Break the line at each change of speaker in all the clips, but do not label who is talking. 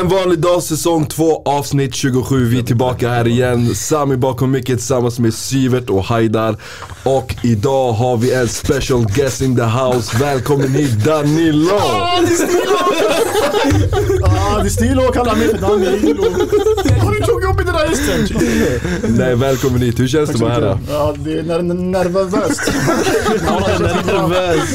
En vanlig dag, säsong 2, avsnitt 27. Vi är tillbaka här igen. Sami bakom mycket tillsammans med Sivert och Haidar. Och idag har vi en special guest in the house. Välkommen hit Danilo!
Ah, det är Stilo kallar mig för Danilo. Har du tog jobbigt det där hästen?
Nej, välkommen hit. Hur känns det att vara här? då?
Ja, det är ner- ner- nervöst.
Nervös.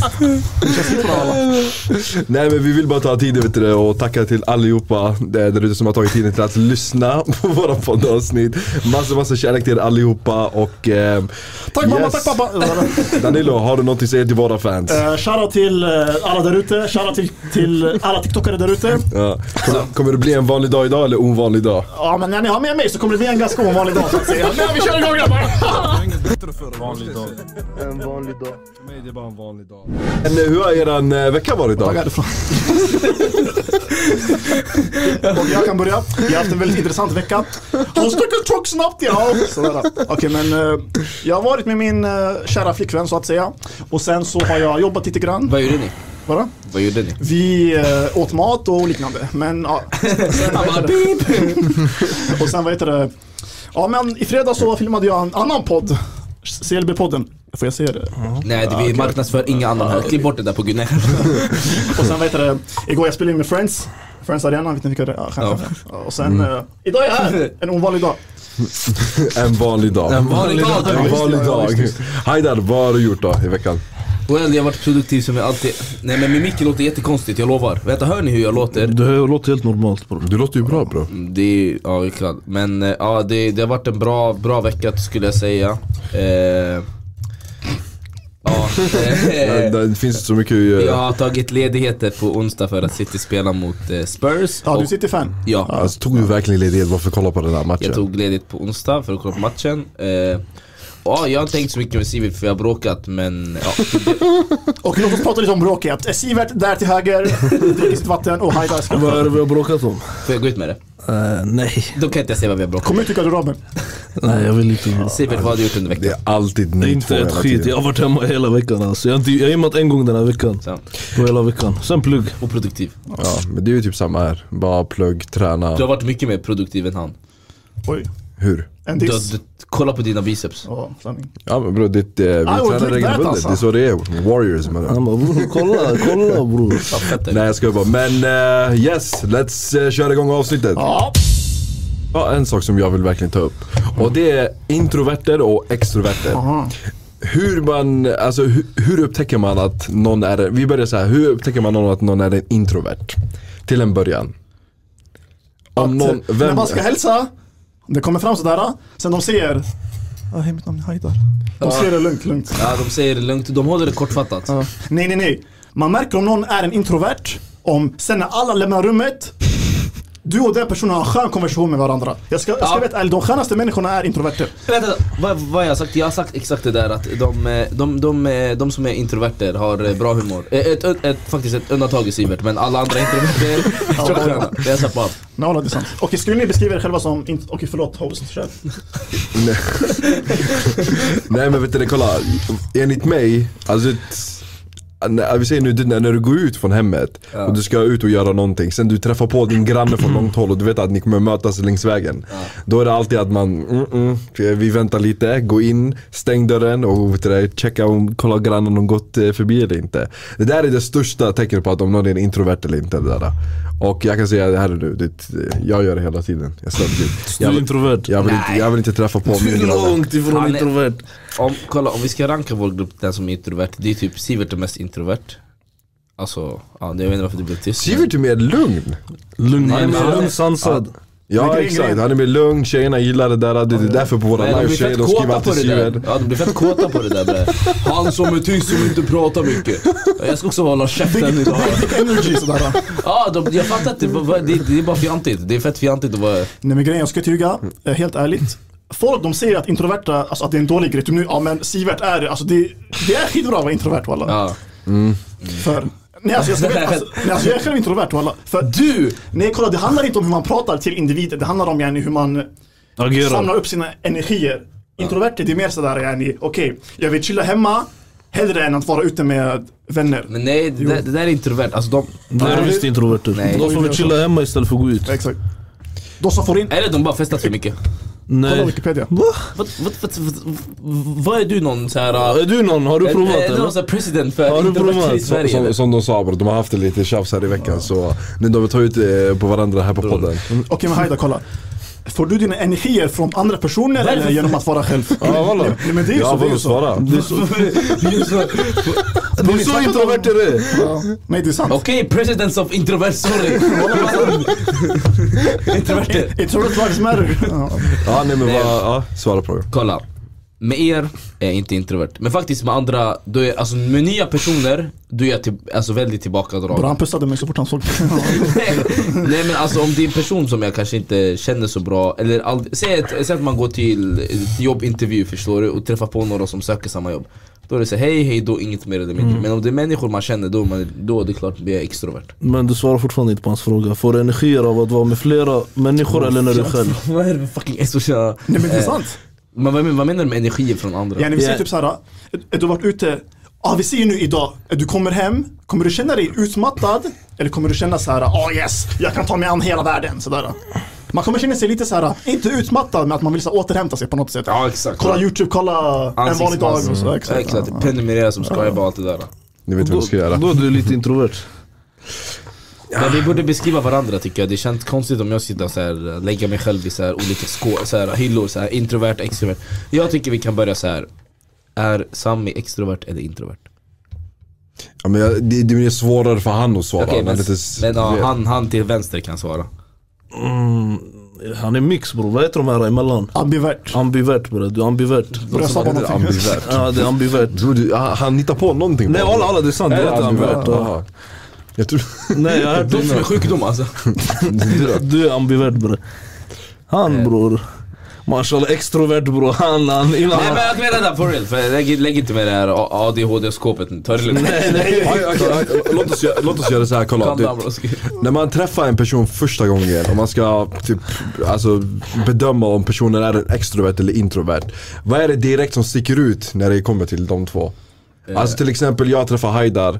Nej men vi vill bara ta tiden vet du, det, och tacka till allihopa eh, där där ute som har tagit tiden till att lyssna på våra poddavsnitt. Massa massa kärlek till er allihopa och... ehm,
Tack mamma,
yes.
tack pappa.
Danilo, har du någonting att säga till våra fans?
Eh, Shoutout till eh, alla där ute, shoutout till, till alla TikTokare där ute.
Ja. Kommer, kommer det bli en vanlig dag idag eller ovanlig dag?
Ja, men när ni har med mig så kommer det bli en ganska ovanlig dag så att säga. Men vi kör igång grabbar!
Vanlig dag.
En vanlig dag.
Nej, det är bara en vanlig dag.
Men, eh, hur har eran eh, vecka varit idag?
Tackar fan. Och jag kan börja. Jag har haft en väldigt intressant vecka. Han snackar tjock snabbt ja. Sådär. Okej men eh, jag har varit med min eh, kära flickvän så att säga. Och sen så har jag jobbat lite grann.
Vad gjorde ni?
Bara.
Vad gjorde ni?
Vi eh, åt mat och liknande. Men ja. Sen, vad heter det? och sen vad heter det? Ja men i fredag så filmade jag en annan podd. CLB-podden. Får jag säga det?
Nej, det, vi marknadsför inga andra här. Klipp bort det där på Gunnar.
Och sen vad heter det, igår jag spelade in med Friends. Friends Arena, vet ni vilka det är? Ja, skämt, skämt. Och sen, eh, idag är jag här! En ovanlig dag.
En vanlig dag. En
Vanlig dag.
just det,
vanlig
ja,
dag. Haidar, vad har du gjort då i veckan?
Well, jag har varit produktiv som jag alltid... Nej men min mick låter jättekonstigt, jag lovar. Vänta, hör ni hur jag låter?
Det här låter helt normalt bror.
Du låter ju bra bro.
Det är... Ja, jag är klar. Men eh, ja, det, det har varit en bra, bra vecka skulle jag säga. Eh, ja, eh,
Det, det finns inte så mycket att göra.
jag har tagit ledigheter på onsdag för att City spelar mot eh, Spurs.
Ja,
och-
du sitter fan.
Ja,
Alltså, tog du verkligen ledighet bara för att kolla på den här matchen?
Jag tog ledigt på onsdag för att kolla på matchen. Eh, ja, jag har inte tänkt så mycket med Sivert för jag har bråkat men ja,
Och låt oss prata lite om bråket. Eh, Sivert där till höger, dricker sitt vatten och Haidar ska...
Vad är det vi har bråkat om?
får jag gå ut med det?
Eh, nej.
Då kan inte jag säga vad vi har bråkat om.
Kom ut ur garderoben.
Nej, jag vill inte.
Sivert, vad har du gjort under
Det
veckan?
är alltid ni två
Inte ett
hela
skit.
tiden.
Jag har varit hemma hela veckan alltså. Jag har inte- jag har gymmat en gång den här veckan.
Så,
På hela veckan. Sen plugg.
oproduktiv.
Ja, men det är ju typ samma här. Bara plugg, träna.
Du har varit mycket mer produktiv än han.
Oj,
Hur?
en
Du,
diss.
du, kolla på dina biceps.
Ja, sanning.
Ja men bror, det, eh, vi
would
tränar
like that,
regelbundet.
alltså.
Det är så det är. Warriors mannen.
Han bara bror, kolla, kolla bror.
Fattar du?
Nej jag skojar bara. Men eh, yes, let's eh, köra igång avsnittet.
Ja,
Ja, en sak som jag vill verkligen ta upp. Och det är introverter och extroverter.
Aha.
Hur man, alltså hur, hur upptäcker man att någon är, vi börjar så här, hur upptäcker man någon att någon är en introvert? Till en början. Om någon,
att, när
vem,
man ska hälsa, det kommer fram sådär, sen de ser... Ja, hej mitt namn är Haidar. De ser det lugnt, lugnt.
Ja, de säger det lugnt, de håller det kortfattat.
Nej, nej, nej. Man märker om någon är en introvert, om sen när alla lämnar rummet, du och den personen har en skön konversation med varandra. Jag ska, jag ska
Ja.
veta ärligt, de skönaste människorna är introverter.
Vänta, vad, vad jag har sagt? Jag har sagt exakt det där att de, eh, de, de, eh, de som är introverter har eh, bra humor. Eh, Ett, ett, ett, faktiskt ett undantag i Sivert, men alla andra introverter är tjocka. Det är så på allt.
Nej, no, det är sant. Okej, skulle ni beskriva er själva som... int- Okej, förlåt, host. Kör.
nej men vet du det, kolla. Enligt mig, alltså ett, när- vi säger nu det där, när du går ut från hemmet och du ska ut och göra någonting, sen du träffar på din granne från långt håll och du vet att ni kommer mötas längs vägen. Då är det alltid att man, mm, mm, vi väntar lite, gå in, stäng dörren och vet du det, checka om, kolla om grannen har gått eh, förbi eller inte. Det där är det största tecknet på att om någon är en introvert eller inte. Det där. Och jag kan säga det här är nu, det, jag gör det hela tiden. Jag stör
Du är
jag,
introvert.
jag, vill inte, jag vill inte träffa på min granne.
Långt ifrån
Han är-
introvert.
Om, kolla, om vi ska ranka vår grupp, den som är introvert, det är typ Sivert är mest introvert. Alltså, ja, det- jag vet inte varför du blev tyst.
Sivert är mer lugn.
Lugn,
Nej, men-
lugn sansad.
Ja
grejen-
exakt,
grejen-
han är mer lugn, tjejerna gillar det där, det är därför på våra
Nej, de blir
live-tjejer,
fett
de skriver
kåta på
alltid
det där.
Sivert
Ja, de blir fett kåta på det där med Han som är tyst som inte pratar mycket. Ja, Jag ska också hålla käften idag.
Energy sådär.
Ja, de, jag fattar inte. Vad- vad- Det, det är bara fjantigt. Det är fett fjantigt att vara...
Nej, men grejen, jag ska inte ljuga. eh, Helt ärligt. Folk de säger att introverta, alltså att det är en dålig grej. Typ nu, ja men Sivert är det. Alltså det, det är skitbra att vara introvert walla.
Ja.
För, nej alltså jag, ska, veta- alltså, nej alltså jag är själv introvert walla. För du! Nej kolla det handlar inte om hur man pratar till individer, det handlar om yani hur man
Agera.
samlar upp sina energier. Introverter det är mer sådär yani, okej jag vill chilla hemma Hellre än att vara ute med vänner.
Men nej, det, där- det där är introvert. Alltså de...
Det är visst introverter.
Nej.
De som vill chilla hemma istället för att gå ut.
Exakt. De som får in...
Eller de bara festat för mycket.
Kolla
Nej.
Wikipedia.
Va?
Vad, vad, vad, vad, vad är du någon så här... äh,
Ah, Är du någon? Har du provat
Är, är du
eller?
någon sån här president för
Har du
introverter i
Som,
provat?
Sverige?
som,
eller?
som de sa bror, de har haft lite tjafs här i veckan så nu de tar ut eh, på varandra här på podden.
Okej men Haida, kolla. Får du dina energier från andra personer
Varför?
eller genom att vara själv?
Ja walla.
Nej, men det är ju
Ja,
så, det
vadå,
är ju så.
svara.
Det är så,
Det är så introvert är det!
Ja. Nej det är sant.
Okej, presidents of introvert, sorry. Introverter.
Introvert lives matter. Ja.
Ja nej men vad, ja, svara på det.
Kolla, med er är jag inte introvert. Men faktiskt med andra, då är, alltså, med nya personer, då är jag till, alltså, väldigt
Bra,
tillbakadragen.
han pussade mig så fort han såg mig.
Nej men alltså om det är en person som jag kanske inte känner så bra, eller ald- säg, att, säg att man går till ett jobbintervju förstår du, och träffar på några som söker samma jobb. Då är det så här, hej hej då, inget mer eller mindre.
Mm.
Men om det är människor man känner, då, är man, då är det klart blir jag extrovert.
men du svarar fortfarande inte på hans fråga. Får du energier av att vara med flera människor eller när du är själv?
Vad är det för fucking SO-tjena?
Nej men det är sant.
Men vad, men- vad menar du med energi från andra?
Yani vi säger
Ja.
typ såhär, du har varit ute, ah, vi ser nu idag, du kommer hem, kommer du känna dig utmattad? Eller kommer du känna så här, ah yes, jag kan ta mig an hela världen. Sådär. Man kommer känna sig lite så här, inte utmattad men att man vill så här, återhämta sig på något sätt.
Ja exakt.
Kolla youtube, kolla en vanlig dag. Och så,
Exakt,
exakt.
exakt.
Ja.
prenumerera som skojar på allt det där.
Ni vet vad
Då,
vi ska göra.
då är du lite introvert.
Men vi borde beskriva varandra tycker jag. Det känns konstigt om jag sitter och så här, eh, lägger mig själv i så här, olika skå, så här, hyllor, så här, introvert, extrovert. Jag tycker vi kan börja så här. Är Sami extrovert eller introvert?
Ja, men jag, det, det blir svårare för han att svara.
Okej, men,
men, lite, s-
men ja,
vet.
han, han till vänster kan svara.
Han är mix bror, vad heter de här emellan?
Ambivert.
Ambivert bror, du är ambivert.
Börja
Vad
sabba
heter det?
någonting.
Ambivert?
Ja det är ambivert.
Tror du, han, han hittar på någonting?
Nej
bara.
alla, alla det är sant,
Är
du
det
är ambivert.
ambivert?
Ja.
Jaha. Jag tror...
Nej jag har hört
De som är sjukdom alltså.
det. Du är ambivert bror. Han bror. Mashallah extrovert bror, han, han, innan
Nej
han.
men jag menar det på real, för lägg, lägg inte med det här ADHD-skåpet nu. Ta det lugnt.
Oj, okej, okej. låt, oss, göra- låt oss göra så här, kolla.
Calm
Du,
down, broski.
när man träffar en person första gången och man ska typ, alltså, bedöma om personen är en extrovert eller introvert. Vad är det direkt som sticker ut när det kommer till de två?
Eh.
Alltså till exempel jag träffar Haidar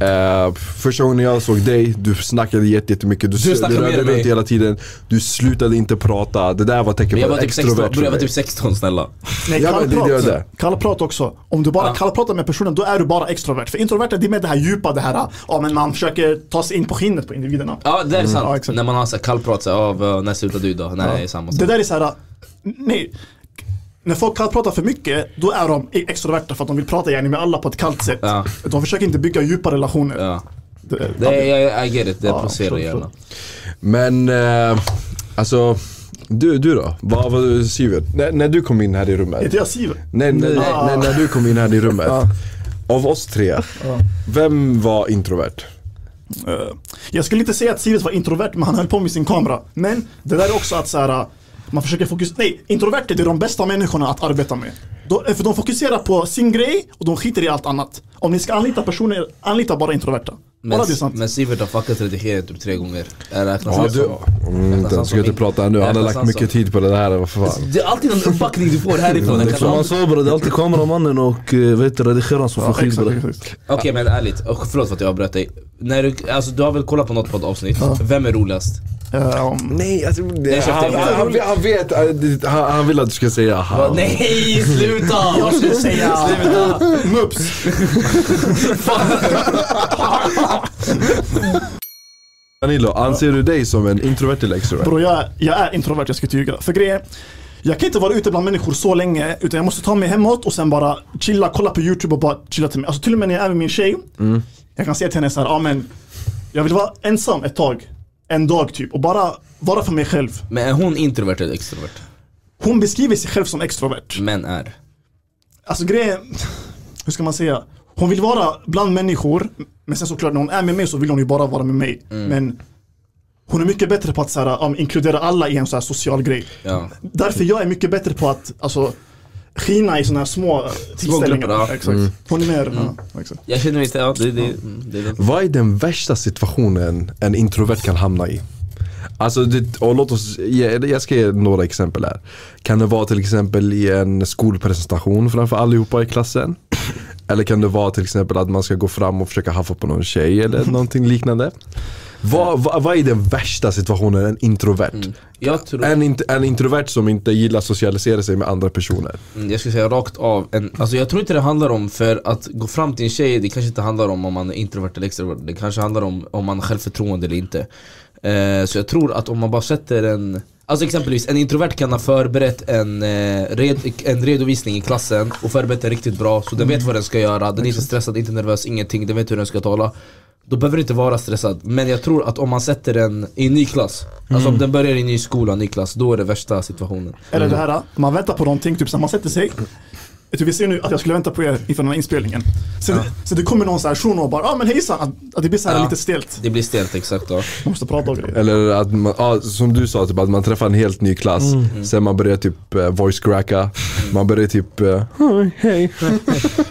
eh, Första gången jag såg dig, du snackade jätte- jättemycket Du,
Du
du,
snackade mer
rörde
än
dig
mig.
runt hela tiden Du slutade inte prata, det där var tecken
Men jag
på
var
en
typ
extrovert
16,
för
jag var
mig.
typ 16 snälla.
Nej,
Ja, men det- det gör det.
kallprat. Kallprat också. Om du bara
Ja.
kallpratar med personen, då är du bara extrovert. För introverta, det är med det här djupa, det här, ja men man försöker ta sig in på skinnet på individerna.
Ja det är
Mm.
Ja,
sant.
exakt.
när man har så här kallprat, så här, "Ah, vad- när slutar du då? Nej, samma sak.
Det där är så här, äh, nej. När folk kallpratar för mycket, då är de extroverta för att de vill prata gärna med alla på ett kallt sätt.
Ja.
De försöker inte bygga djupa relationer.
Ja.
Det-
Det, är- jag, jag, I get it, det
Ja,
provocerar
förstår,
gärna.
Men eh, alltså, du, du då? Vad, vad Sivert? När, när du kom in här i rummet? Ah.
Heter jag Siv?
Nej, nej, nej,
Ah.
nej, när du kom in här i rummet. Av oss tre, vem var introvert?
Eh, Jag skulle inte säga att Sirius var introvert men han höll på med sin kamera. Men det där är också att så här, äh, man försöker fokusera. Nej, introverter det är de bästa människorna att arbeta med. De, för de fokuserar på sin grej och de skiter i allt annat. Om ni ska anlita personer, anlita bara introverta.
Men,
bara det är sant.
men Sivert har fuckat redigeringen typ tre gånger. Jag räknas
Ja,
han
du,
som-
mm,
räknas
inte, ska
han som
jag inte
in-
prata nu, han har
räknas
lagt
han som-
mycket tid på Mm, det här, vad fan.
Det är alltid en uppbackning du får härifrån.
Det är
Jag kan
som han
aldrig-
sa bror, det är alltid kameramannen och eh, vad heter det, redigeraren som får skit
Exakt,
bror.
exakt.
Okej men ärligt, och förlåt för att jag avbröt dig. När du, alltså, du har väl kollat på något poddavsnitt? Vem är roligast?
Eh, om-
Nej, alltså, det,
käften,
han,
det är
han, han, han vet, eh, det- han, han vill att du ska säga han.
Nej sluta!
Jag skulle säga
Sluta!
Mups.
Fan.
Danilo, anser du dig som en introvert eller extrovert?
Bror jag, jag är introvert, jag ska inte ljuga. För grejen, jag kan inte vara ute bland människor så länge utan jag måste ta mig hemåt och sen bara chilla, kolla på YouTube och bara chilla till mig. Alltså till och med när jag är med min tjej, jag kan säga till henne så här, ja men jag vill vara ensam ett tag, en dag typ och bara vara för mig själv.
Men är hon introvert eller extrovert?
Hon beskriver sig själv som extrovert.
Män är.
Alltså grejen, hur ska man säga? Hon vill vara bland människor, men sen såklart när hon är med mig så vill hon ju bara vara med mig. Men hon är mycket bättre på att så här, ja, men inkludera alla i en så här social grej.
Ja.
Därför jag är mycket bättre på att alltså, skina i såna här små tillställningar.
grupper, ja. Mm.
Exakt. Hon är mer, ja, exakt.
Jag känner inte, ja, det, det, mm, det är det.
Vad är den värsta situationen en introvert kan hamna i? Alltså, det, och låt oss, jag, jag ska ge några exempel här. Kan det vara till exempel i en skolpresentation framför allihopa i klassen? Eller kan det vara till exempel att man ska gå fram och försöka haffa på någon tjej eller någonting liknande? Vad, vad, vad är den värsta situationen en introvert?
Jag tror...
En, int- en introvert som inte gillar att socialisera sig med andra personer.
Mm, Jag skulle säga rakt av, en, alltså jag tror inte det handlar om för att gå fram till en tjej, det kanske inte handlar om om man är introvert eller extrovert Det kanske handlar om om man har självförtroende eller inte eh, Så jag tror att om man bara sätter en Alltså exempelvis, en introvert kan ha förberett en, eh, red, en redovisning i klassen och förberett den riktigt bra Så den vet vad den ska göra, den är inte stressad, inte nervös, ingenting, den vet hur den ska tala då behöver du inte vara stressad, men jag tror att om man sätter den i en ny klass Alltså om den börjar i en ny skola, ny klass, då är det värsta situationen
Eller det här, man väntar på någonting, typ så här, man sätter sig. Typ, vi ser nu att jag skulle vänta på er inför den här inspelningen. Så, det, så det kommer någon så här shuno och bara ah men hejsan, att, att det blir så här
Ja.
lite stelt.
Det blir stelt exakt ja.
Man måste prata och grejer.
Eller att man, ja, som du sa, typ, att man träffar en helt ny klass. Sen man börjar typ eh, voice cracka. Man börjar typ eh,
Hej.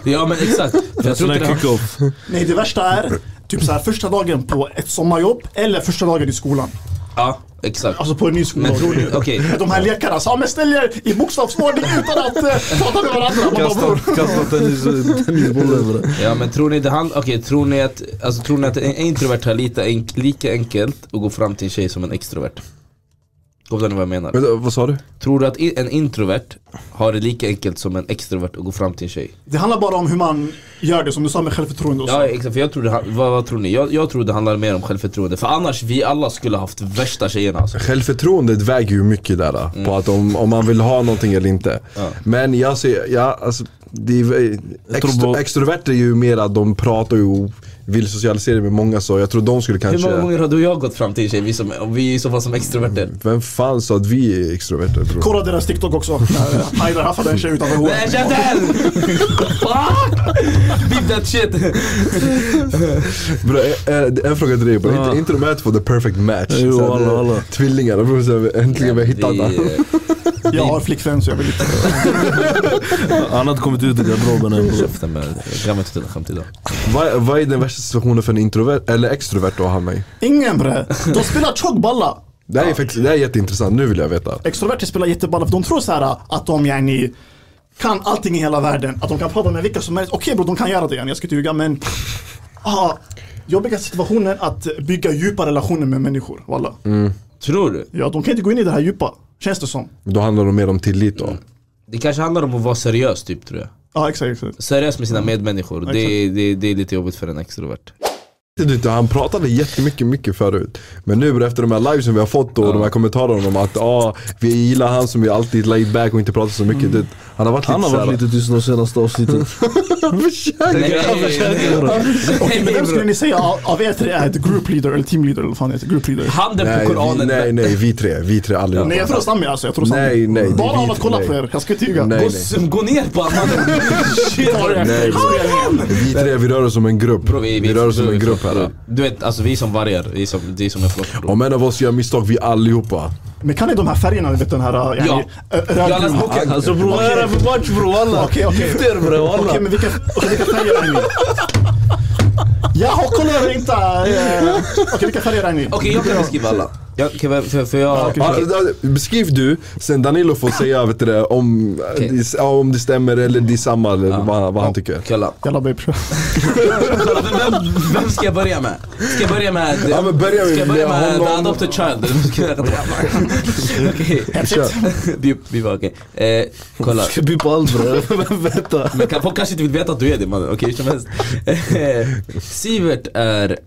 Ja men exakt, För jag tror
Sån
inte
här
det har...
kick-off.
Nej det värsta är typ så här första dagen på ett sommarjobb eller första dagen i skolan.
Ja, exakt
Alltså på en ny skola.
Men
Bror,
tror- okej.
De här lekarna, så, ja, men ställ er i bokstavsordning utan att eh, prata med varandra. Man bara,
Kasta,
bror.
kasta tennis, tennisboll över det.
Ja men tror ni det hand... Okej, tror ni att, alltså, tror ni att en introvert har lika, enk- lika enkelt att gå fram till en tjej som en extrovert? Förstår ni vad jag menar?
vänta, vad sa du?
Tror du att i- en introvert har det lika enkelt som en extrovert att gå fram till en tjej?
Det handlar bara om hur man gör det som du sa med självförtroende och så.
Ja exakt, för jag tror det, han- vad, vad tror ni? Jag, jag tror det handlar mer om självförtroende, för annars vi alla skulle haft värsta tjejerna alltså.
Självförtroendet väger ju mycket där. eh, På att om, om man vill ha någonting eller inte. Men jag ser, ja, alltså, det är,
tror
extro,
bara-
extroverter är ju mer att de pratar ju och vill socialisera med många så jag tror de skulle
Hur många
kanske...
gånger har du och jag gått fram till en tjej, vi, som, och vi är i så fall som extroverter?
Vem fan sa att vi är extroverter bror?
Kolla deras TikTok också. När Haidar haffade en tjej utanför HR.
Nej käften! Fuck! Beep that shit!
Bro, en, en fråga till dig bro. Inte, inte de här två, the perfect match.
Jo,
Så här,
alla, alla.
Tvillingar, bro, så här, äntligen vi har hittat
Vi,
honom.
eh,
Jag har flickvän så jag vill inte.
Han hade kommit ut ur garderoben än bror.
Käften med det, jag inte till skämt idag
Vad vad är den värsta situationen för en introvert, eller extrovert att hamna i?
Ingen bre. De spelar tjockballa.
Det här är faktiskt, det här är jätteintressant, nu vill jag veta.
Extroverter spelar jätteballa för de tror så här att de yani kan allting i hela världen. Att de kan prata med vilka som helst. Okej bror, de kan göra det. yani, Jag ska inte ljuga men. Ah, jobbiga situationen att bygga djupa relationer med människor. Walla.
Tror du?
Ja, de kan inte gå in i det här djupa. Känns det som.
Då handlar det mer om tillit då.
Det kanske handlar om att vara seriös typ tror jag
Ja, exakt. exakt.
Seriös med sina medmänniskor, det, är-
Exakt.
det, är- det är lite jobbigt för en extrovert
Vet du inte, Han pratade jättemycket mycket förut. Men nu efter de här livesen vi har fått och de här kommentarerna om att ah, vi gillar han som är alltid laid back och inte pratar så mycket. Det, han har varit
Mm. Han har
lite
varit
såhär.
lite tyst de senaste avsnitten.
Okej, men vem skulle ni säga av- av er tre är ett group leader eller team leader eller vad fan heter det? Group leader.
Handen
Nej,
på
vi,
koranen
nej, nej, vi tre. Vi tre allihopa.
Nej jag tror Sami alltså, jag tror Sami.
Nej, nej, det är
Bara av
vi-
att kolla
nej.
på er, jag ska inte ljuga.
Nej,
Gå,
nej.
s- gå ner på handen! Shit vad det är.
Nej,
Alltså,
vi tre, vi rör oss som en grupp.
Bro, vi, vi,
rör oss som en
vi-
grupp här.
Du vet, alltså vi är som vargar, vi är som, det är som en flock bro.
Om en av oss gör misstag, vi allihopa.
Men kan ni de här färgerna, ni vet den här... äh,
Ja.
äh,
Jag har läst
rödgula?
boken.
Alltså bror vad är det här för match bror walla?
Okej, okej.
Gift er bror
Okej,
walla.
men vilka, okej, vilka färger är ni? Jaha, kolla jag inte... eh, Okej, vilka färger är ni?
Okej jag kan beskriva alla jag, kan, jag- för, för jag...
okej.
Ja, då- Beskriv du, sen Danilo får säga vet du, det, om,
Okej.
ja, om det stämmer eller det är samma eller vad, vad han
Ja,
tycker.
Kolla,
Jalla babe.
kolla vem, vem, vem ska jag börja med? Ska jag börja med...
Ja, men börja med-
ska jag börja med
honom.
the adopted child? eller vad ska jag börja med? Okej,
Kör.
Bjup, bjup, okej. Eh, kolla.
Ska bippa allt bror. Vänta.
Men kan- folk kanske inte vill veta att du är det mannen, okej hur som helst. Eh, Sivert är,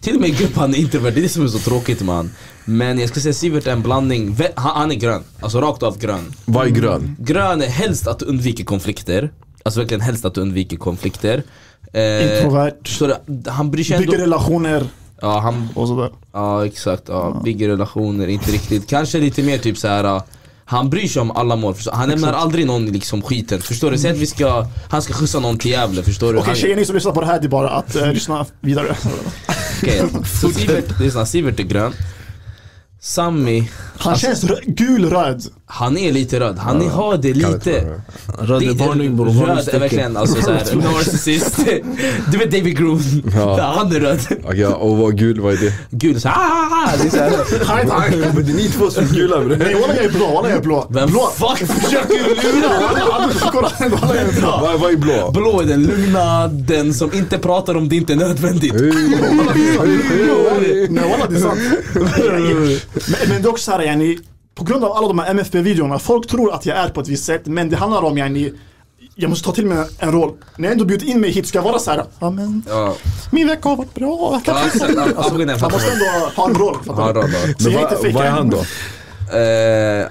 till och med i grupp han är introvert, det är det som är så tråkigt man. Men jag ska säga Sivert är en blandning, Vä- han, han är grön, alltså rakt av grön.
Vad är grön?
Grön är helst att du undviker konflikter, alltså verkligen helst att du undviker konflikter. Eh,
Introvert.
Så det, han bryr sig
Bygger
ändå,
relationer
ja, han,
och sådär.
ja exakt, ja, bygger relationer, inte riktigt, kanske lite mer typ så här. ja, han bryr sig om alla mål, förstår- han lämnar aldrig någon liksom skiten, förstår du? Säg att vi ska, han ska skjutsa någon till Gävle, förstår du?
Okej
Han-
tjejer ni som lyssnar på det här, det är bara att eh, lyssna vidare.
Okej, så Sivert, lyssna, Sivert är grön Sammy,
Han känns rö- gul-röd.
Han är lite röd, han har det
kan
lite...
inte
Röd är varning bror,
Röd är
varningstecken.
verkligen alltså såhär, narcissist. Du vet David Groom,
Ja.
han är röd.
Okej, och vad gul, vad är det?
Gul såhär, ah, det är såhär.
Nej tack.
Men det är ni två som är gula bre.
Nej walla jag är blå, walla jag är blå.
Vem fuck försöker lura?
Kolla, walla jag är blå.
Vad vad är blå?
Blå är den lugna, den som inte pratar om det inte är nödvändigt.
Nej walla det är sant. Men, men det är också såhär yani, på grund av alla de här MFB-videorna, folk tror att jag är på ett visst sätt men det handlar om yani, jag måste ta till mig en roll. När jag ändå bjudit in mig hit ska jag vara såhär, ja men
Ja, alltså,
min vecka har varit bra. Jag kan
Ja, exakt. Ja, ja, men jag
Man
fattar.
måste ändå ha en roll. fattar du?
Ja, då, då.
Så
Men
jag är inte
vad, vad är
fejkad.
han då?
Eh,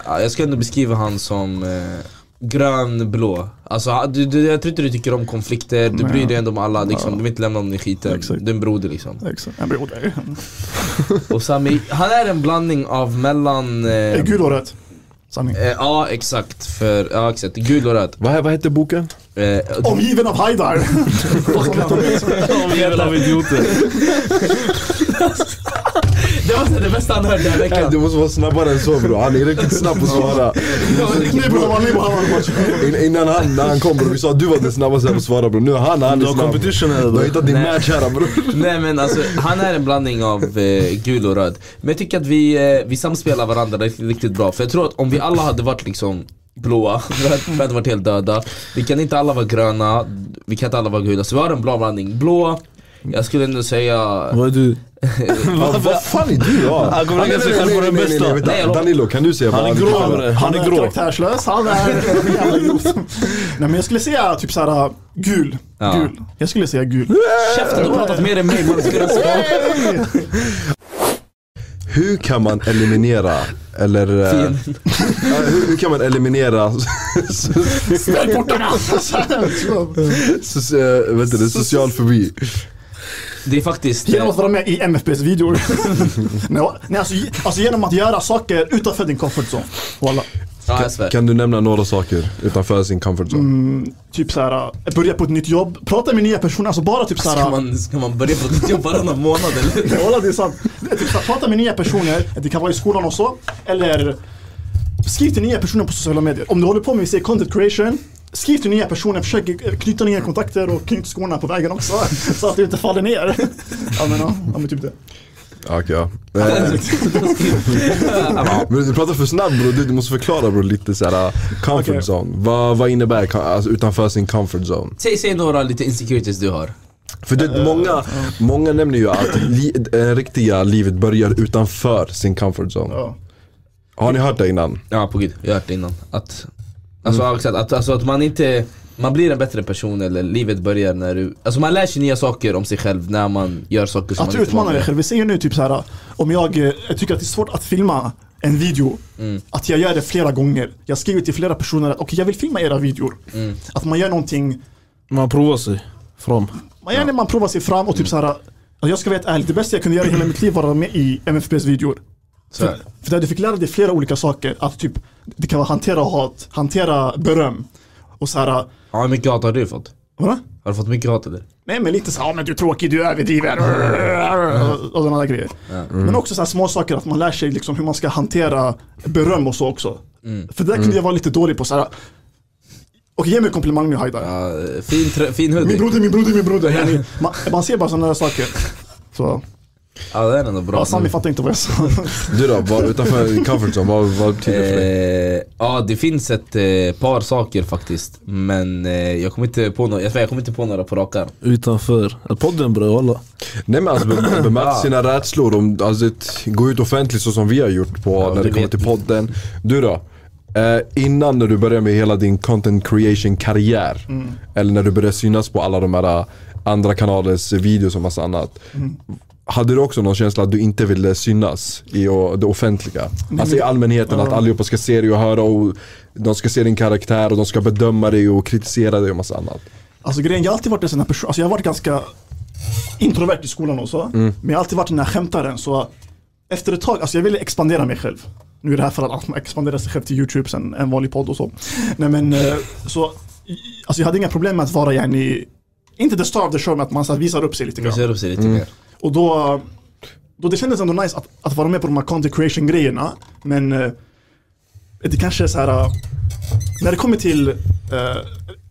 ja, jag ska ändå beskriva han som eh, grönblå. Alltså, ha- du, du, jag tror inte du tycker om konflikter, du bryr dig ändå om alla, liksom, du vill inte lämna någon i skiten.
Exakt.
Du är en broder liksom.
Exakt, jag blir otäck.
Och Sami, han är en blandning av mellan... eh,
Är gul och röd? Sanning.
eh, ja exakt, för, ja exakt, gul och röd.
Vad, vad hette boken?
Eh,
Omgiven av hajdar.
Omgiven av idioter.
det var så här det bästa han hörde den här
Nej,
veckan.
du måste vara snabbare än så bror, han är riktigt snabb att svara.
Nej bror, vad ni behöver.
In, innan han, när han kom bror, vi sa att du var den snabbaste på att svara bror. Nu är han, han
Du
är
har
snabb.
competition här
Du har
då.
hittat din
Nej.
match här bror.
Nej men alltså, han är en blandning av eh, gul och röd. Men jag tycker att vi, eh, vi samspelar varandra riktigt, riktigt bra. För jag tror att om vi alla hade varit liksom blåa, vi hade varit helt döda. Vi kan inte alla vara gröna, vi kan inte alla vara gula. Så vi har en bra blandning. Blå, jag skulle ändå säga...
Vad är du?
Ja, vad fan är du ja?
Han kommer lägga
Nej,
sig
nej,
själv på
nej,
den
nej, nej,
bästa.
vänta.
Nej, jag lovar.
Danilo, kan du säga
Han
vad
är grå bre, han är grå.
karaktärslös, han är jävla idiot. Nej men jag skulle säga typ såhär gul.
Ja.
Gul. Jag skulle säga gul.
Käften, du har pratat mer än mig man.
Hur kan man eliminera, eller... eh, ja, hur, hur kan man eliminera so,
Ställ portarna!
so, eh, vet du, det, social fobi?
Det är faktiskt...
Genom att vara med i MFBs videor. Nej, va- Nej alltså, ge- alltså genom att göra saker utanför din comfort zone. Walla.
Ja, jag svär.
Kan du nämna några saker utanför sin comfort zone?
Typ såhär, börja på ett nytt jobb, prata med nya personer, alltså bara typ
Ska
såhär
man, ska man börja på ett jobb varannan månad eller?
Nej walla det är sant. Det är typ så här, prata med nya personer, det kan vara i skolan och så. Eller skriv till nya personer på sociala medier. Om du håller på med say, content creation, skriv till nya personer, försök eh, knyta nya kontakter och knyt skorna på vägen också. Så att du inte faller ner. Ja men, ja, ja, men typ det.
Okej, ja. Eh, Men du pratar för snabbt bror, du, du måste förklara bror lite såhär comfort
Okej.
zone. Vad, vad innebär ka- alltså, utanför sin comfort zone?
Säg, säg några lite insecurities du har.
För det, många, många nämner ju att li, det riktiga livet börjar utanför sin comfort zone.
Ja.
Har ni hört det innan?
Ja på gud, jag har hört det innan. Att, alltså, ja, exakt, att, alltså att man inte, man blir en bättre person eller livet börjar när du, alltså man lär sig nya saker om sig själv när man gör saker som
Att du
man
utmanar dig
med.
själv. Vi säger nu typ så här, om jag eh, tycker att det är svårt att filma en video, att jag gör det flera gånger. Jag skriver till flera personer att okej jag vill filma era videor. Att man gör någonting
Man provar sig. Fram.
Man gärna man provar sig fram och
Mm.
typ såhär Jag ska vara helt ärlig, det bästa jag kunde göra i hela mitt liv var att vara med i MFBs videor
Så här.
För där du fick lära dig flera olika saker, att typ Det kan vara hantera hat, hantera beröm Och såhär,
Ja, hur mycket hat har du fått?
vadå?
Har du fått mycket hat eller?
Nej men lite såhär, men du är tråkig, du överdriver och, och sådana där grejer
Mm.
Men också såhär små saker att man lär sig liksom hur man ska hantera beröm och så också
Mm.
För där kunde jag vara lite dålig på såhär Okej ge mig en komplimang nu Haidar
Ja, fin, trö- fin
Min
hoodie.
broder, min broder, min broder yani, man, man ser bara sådana där saker Så
Ja det är ändå bra.
Ja, Sami fattar inte vad jag sa.
Du då, vad, utanför din comfort zone, vad, vad betyder det för dig?
Eh, ja det finns ett eh, par saker faktiskt men eh, jag kommer inte på några, jag, svär, jag kommer inte på några på rak arm.
Utanför. Podden bre walla.
Nej men alltså be- bemöta sina rädslor, om, alltså, ett- gå ut offentligt så som vi har gjort på, när
du
det kommer
vet.
till podden. Du då? Eh, innan när du började med hela din content creation karriär, eller när du började synas på alla de här eh, andra kanalers videos och massa annat. Hade du också någon känsla att du inte ville synas i o- det offentliga? Alltså i allmänheten, att allihopa ska se dig och höra och de ska se din karaktär och de ska bedöma dig och kritisera dig och massa annat.
Alltså grejen, jag har alltid varit en sån här person, alltså jag har varit ganska introvert i skolan och så. Men jag har alltid varit den här skämtaren så efter ett tag, alltså jag ville expandera mig själv. Nu i det här fallet, att man expanderar sig själv till YouTube, sen en vanlig podd och så. Nej men eh, så, i- alltså jag hade inga problem med att vara yani, inte the star of the show, men att man så här, visar upp sig lite
Jag
grann.
ser upp sig lite mer.
Och då, Då det kändes ändå nice att, att vara med på de här content creation grejerna. Men eh, det kanske är så här. eh, När det kommer till eh,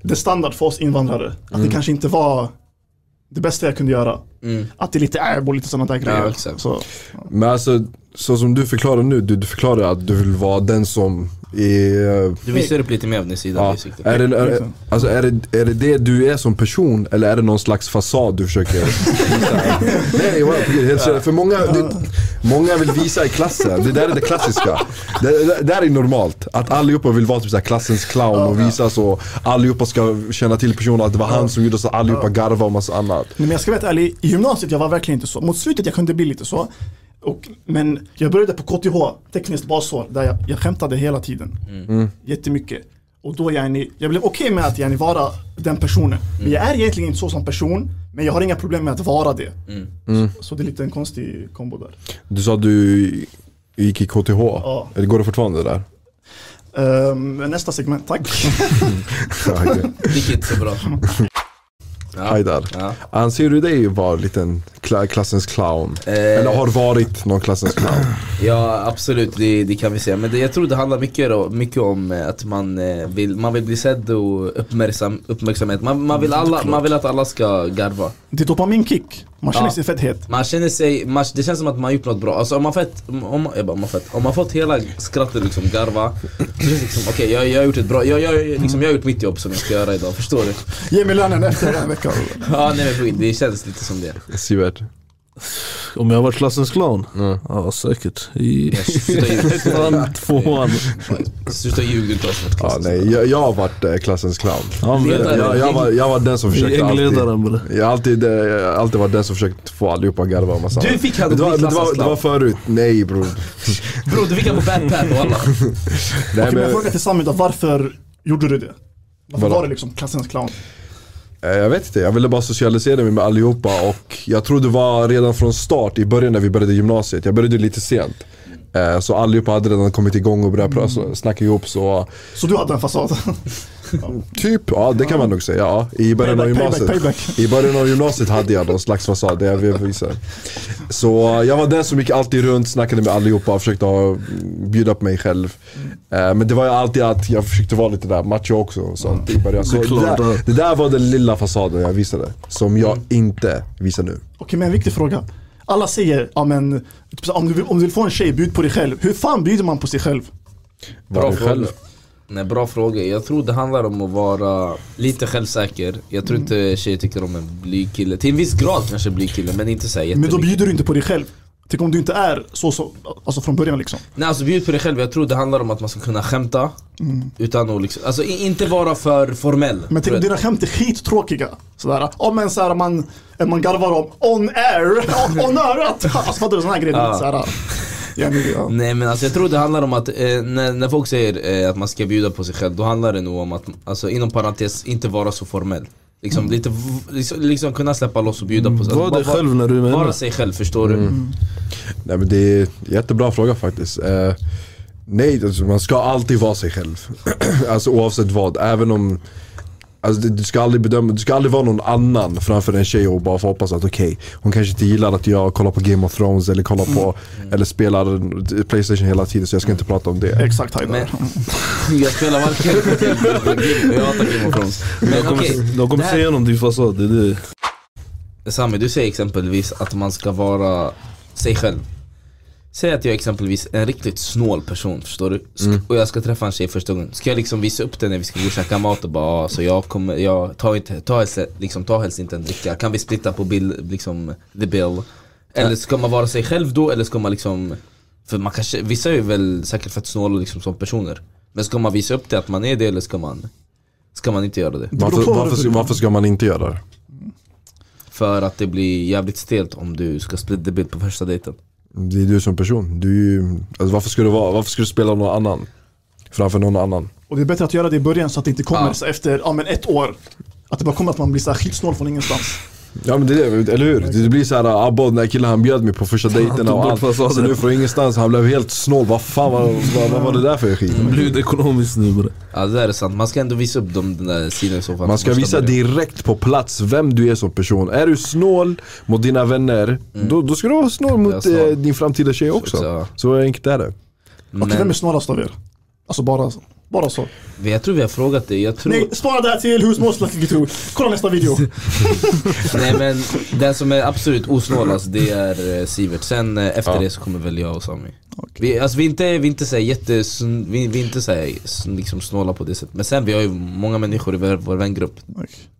det standard för oss invandrare. Att det kanske inte var det bästa jag kunde göra. Att det är lite ärb och lite sådana där grejer.
exakt.
Så,
Men alltså, så som du förklarar nu, du, du förklarar att du vill vara den som är...
Du visar upp lite mer av din sida
Ja.
basically.
Är, det, är, alltså, är, det, är det det du är som person eller är det någon slags fasad du försöker Nej, jag tycker helt seriöst. För många, det, många vill visa i klassen, det där är det klassiska. Det, det där är normalt, att allihopa vill vara typ så här klassens clown och visa så. Allihopa ska känna till personen, att det var han som gjorde så allihopa garvar och massa annat.
Nej, men jag ska vara helt ärlig, i gymnasiet jag var verkligen inte så. Mot slutet jag kunde bli lite så. Och, men jag började på KTH, tekniskt basår, där jag, jag skämtade hela tiden. Jättemycket. Och då yani, jag blev okej med att yani, vara den personen. Men jag är egentligen inte så som person, men jag har inga problem med att vara det. Så, så det är lite en konstig kombo där.
Du sa att du gick i KTH,
Ja.
Eller går det fortfarande där?
Ehm, nästa segment, tack.
Ja, okej.
Vilket inte så bra. Ja.
Haidar.
Ja.
Anser du dig vara liten kla- klassens clown?
Eh.
Eller har varit någon klassens clown?
Ja absolut, det, det kan vi säga. Men det, jag tror det handlar mycket, då, mycket om eh, att man, eh, vill, man vill bli sedd och uppmärksam, uppmärksamhet. Man, man, vill alla, man vill att alla ska garva.
det är dopaminkick, man känner
Ja.
sig fett het.
Man känner sig, man, det känns som att man har gjort något bra. Alltså om man fett, om, man- jag bara, om man fett, om man fått hela skrattet liksom garva. Så känns det liksom, okej jag, jag har gjort ett bra, jag, jag, liksom, jag har gjort mitt jobb som jag ska göra idag, förstår du?
Ge mig lönen efter den här veckan.
Ja nej men på riktigt, det känns lite som det.
Sivert.
Om jag har varit klassens clown? Ja, säkert. I
Yes.
ettan, tvåan.
Sluta ljuga inte oss mot
Ja,
klassen.
nej, jag, jag har varit eh, klassens clown.
Ja, men-
Ledare.
Jag, jag, var, jag var den som försökte
Gängledaren bre.
alltid. Jag har alltid, eh, jag har alltid varit den som försökt få allihopa att garva och massa
Du
annat.
fick han
Men det, var,
att bli
men det, var,
klassens
det var förut, nej bror.
Bro du fick han på backpack och alla.
Nej,
Okej, men jag
men,
frågar till Sami då, varför gjorde du det? Varför
Vadå?
var du liksom klassens clown?
eh, jag vet inte, jag ville bara socialisera mig med allihopa och jag tror det var redan från start i början när vi började gymnasiet. Jag började lite sent. Eh, Så allihopa hade redan kommit igång och börjat
Mm.
pra- snacka ihop så
Så du hade en fasad?
Typ, ja det kan man nog säga. Ja, I början av
Payback,
gymnasiet.
payback, payback.
I början av gymnasiet hade jag någon slags fasad, det jag vill visa. Så jag var den som gick alltid runt, snackade med allihopa och försökte ha, bjuda på mig själv. Eh, Men det var ju alltid att jag försökte vara lite där macho också och sånt i början. Så
Det är
det,
klart, ja.
där, det där var den lilla fasaden jag visade, som jag inte visar nu.
Okej, men en viktig fråga. Alla säger, ja men typ om du, vill, om du vill få en tjej, bjud på dig själv. Hur fan bjuder man på sig själv?
Var du själv?
Nej, bra fråga. Jag tror det handlar om att vara lite självsäker. Jag tror inte tjejer tycker om en blyg kille. Till en viss grad kanske blyg kille, men inte såhär
Men då
jättemycket.
bjuder du inte på dig själv. Tänk om du inte är så, så alltså från början liksom.
Nej alltså bjud på dig själv. Jag tror det handlar om att man ska kunna skämta. Utan att liksom, alltså i- inte vara för formell.
Mm. Men
Du
tänk om
vet.
dina skämt är skittråkiga. Sådär, ja men såhär man, man garvar om on air, on örat. Alltså fattar du sådana här grejer?
Ja.
Såhär, ja, men, ja.
Nej men alltså jag tror det handlar om att eh, när, när folk säger eh, att man ska bjuda på sig själv Då handlar det nog om att, alltså inom parentes, inte vara så formell Liksom,
Mm.
lite, v- liksom, liksom kunna släppa loss och bjuda på sig
Var dig
Bara-
själv när du är med. Mm.
Vara sig själv, förstår du?
Nej men det är jättebra fråga faktiskt. Eh, nej, alltså, man ska alltid vara sig själv. alltså oavsett vad. Även om Alltså du, du ska aldrig bedöma, du ska aldrig vara någon annan framför en tjej och bara få hoppas att okej, hon kanske inte gillar att jag kollar på Game of Thrones eller kollar på,
Mm.
Mm. eller spelar Playstation hela tiden så jag ska inte prata om det.
Exakt
Men
Haidar.
jag spelar varken Jag hatar Game of Thrones
De
Men
kommer,
okej,
de
det
kommer
här-
se igenom din fasad. Det är det.
Sami du säger exempelvis att man ska vara sig själv Säg att jag är exempelvis en riktigt snål person förstår du Sk- Och jag ska träffa en tjej första gången Ska jag liksom visa upp det när vi ska gå och käka mat och bara ah, så jag kommer, jag tar inte, ta helst, liksom, ta helst inte en dricka Kan vi splitta på bill, liksom the bill Eller ska man vara sig själv då eller ska man liksom För man kanske, vissa är väl säkert fett snåla liksom som personer Men ska man visa upp det att man är det eller ska man Ska man inte göra det?
beror
Varför,
på vad
varför,
du-
ska- varför ska man inte göra det?
För att det blir jävligt stelt om du ska split the bill på första dejten
Det är du som person. Du är ju, alltså, varför, ska du vara, varför ska du spela någon annan? Framför någon annan.
Och det är bättre att göra det i början så att det inte kommer
Ja.
så efter, ja men ett år. Att det bara kommer att man blir såhär skitsnål från ingenstans.
Ja men det är det, eller hur? Det blir såhär abba den här killen han bjöd mig på första dejterna
tog
och
bort
allt.
fasaden.
Så nu från ingenstans, han blev helt snål. Vad fan vad, vad, vad var det där för skit?
Mm.
Blir det ekonomiskt nu bre.
Ja det där är sant, man ska ändå visa upp dem, den där sidan i så fall
Man ska
Första
visa
början.
direkt på plats vem du är som person. Är du snål mot dina vänner, då, då ska du vara snål
Mm. Jag är
mot
snål.
eh, din framtida tjej också.
så-
Så, enkelt är det.
Okej,
Men-
vem är snålast av er? Alltså bara, bara så.
Jag tror vi har frågat dig, jag tror...
Nej,
Nej.
spara det här till husmålsplattitro. Kolla nästa video.
men den som är absolut osnålast det är eh, Sivert, sen eh, efter det så kommer väl jag och Sami vi, alltså, vi är inte, vi är inte så här jättesn- vi, vi är inte så här, sn- liksom snåla på det sättet Men sen vi har ju många människor i vår, vår vängrupp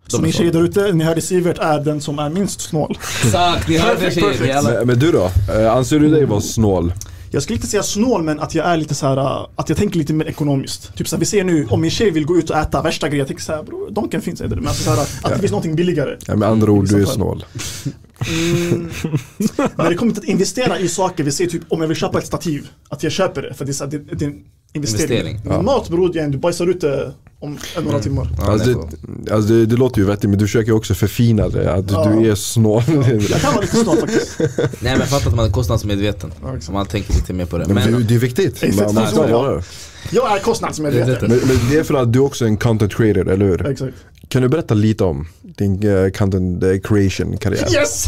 Så ni tjejer där ute, ni hörde Sivert är den som är minst snål.
Exakt, ni hörde
Perfect,
tjejer, ni
perfect.
alla
Men, men du då? Eh, Anser du dig vara snål?
Jag skulle inte säga snål men att jag är lite så här, äh, att jag tänker lite mer ekonomiskt. Typ så här, vi ser nu om min tjej vill gå ut och äta värsta grejer, jag tänker såhär bror, donken finns inte. Men alltså så här, att det finns någonting billigare.
Ja, med andra ord,
I
du är
så fall.
snål.
När det kommer till att investera i saker, vi säger typ om jag vill köpa ett stativ, att jag köper det för det är, så här, det, det är en investering.
Investering,
Men mat bror, jag- du bajsar ut det om en, några timmar.
Ja,
Alltså,
nej,
det, alltså det, det låter ju vettigt men du försöker ju också förfina det, att
Ja.
du är snål.
Jag kan vara lite snål faktiskt.
Nej men fatta att man är kostnadsmedveten,
Ja, exakt.
man tänker lite mer på det
Men,
Men
det är viktigt.
Exakt,
Man, man ska
så, ja.
göra det.
Jag är kostnadsmedveten.
Men, men det är för att du också är en content creator, eller hur?
Exakt.
Kan du berätta lite om din eh, content eh, creation-karriär?
Yes!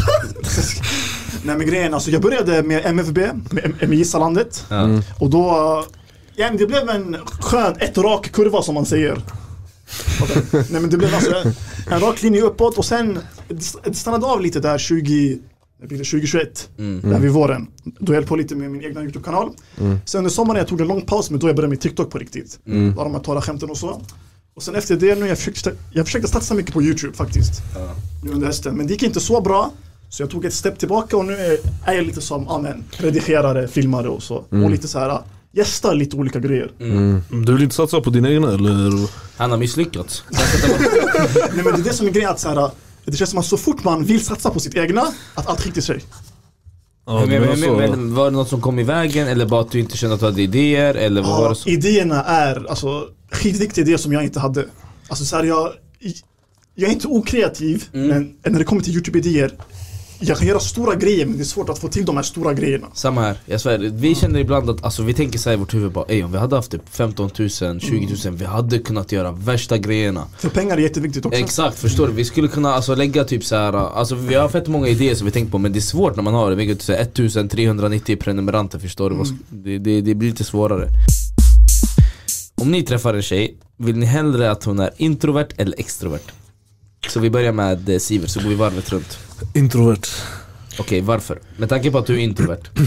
Nej men grejen alltså, jag började med MFB, med M- M- Gislalandet.
Ja.
Och då, ja men det blev en skön, ett rak kurva som man säger. Fattar du? Nej men det blev alltså en, en rak linje uppåt och sen, det stannade av lite där 20, det blir det 2021, där vid våren. Då höll jag på lite med min egna YouTube-kanal. Sen under sommaren jag tog en lång paus, men då jag började med TikTok på riktigt. Mm. Bara de här torra skämten och så. Och sen efter det nu, jag försökte, jag försökte satsa mycket på YouTube faktiskt. Nu under hösten, men det gick inte så bra. Så jag tog ett steg tillbaka och nu är, är jag lite som, amen, redigerare, filmare och så.
Mm.
Och lite så här, gästar lite olika grejer.
Du vill inte satsa på dina egna eller?
han har misslyckats
Nej men det är det som är grejen, att så här, det känns som att så fort man vill satsa på sitt egna, att allt skiter sig.
Ja, du
men,
menar
men,
så.
men, var det något som kom i vägen eller bara att du inte kände att du hade idéer eller vad var
Ja,
det som...
idéerna är alltså skitviktiga idéer som jag inte hade. Alltså så här, jag, jag är inte okreativ,
Mm.
men när det kommer till YouTube-idéer, jag kan göra stora grejer men det är svårt att få till de här stora grejerna.
Samma här, jag svär, vi känner ibland att alltså, vi tänker såhär i vårt huvud bara Ey om vi hade haft typ 15 000, 20 000, vi hade kunnat göra värsta grejerna
För pengar är jätteviktigt också.
Exakt, förstår du? Vi skulle kunna alltså, lägga typ så här. alltså vi har fett många idéer som vi tänkt på men det är svårt när man har vi har typ så här 1390 prenumeranter förstår du? Vad sk- Det, det, det blir lite svårare Om ni träffar en tjej, vill ni hellre att hon är introvert eller extrovert? Så vi börjar med eh, Sivert, så går vi varvet runt
Introvert.
Okej, varför? Med tanke på att du är introvert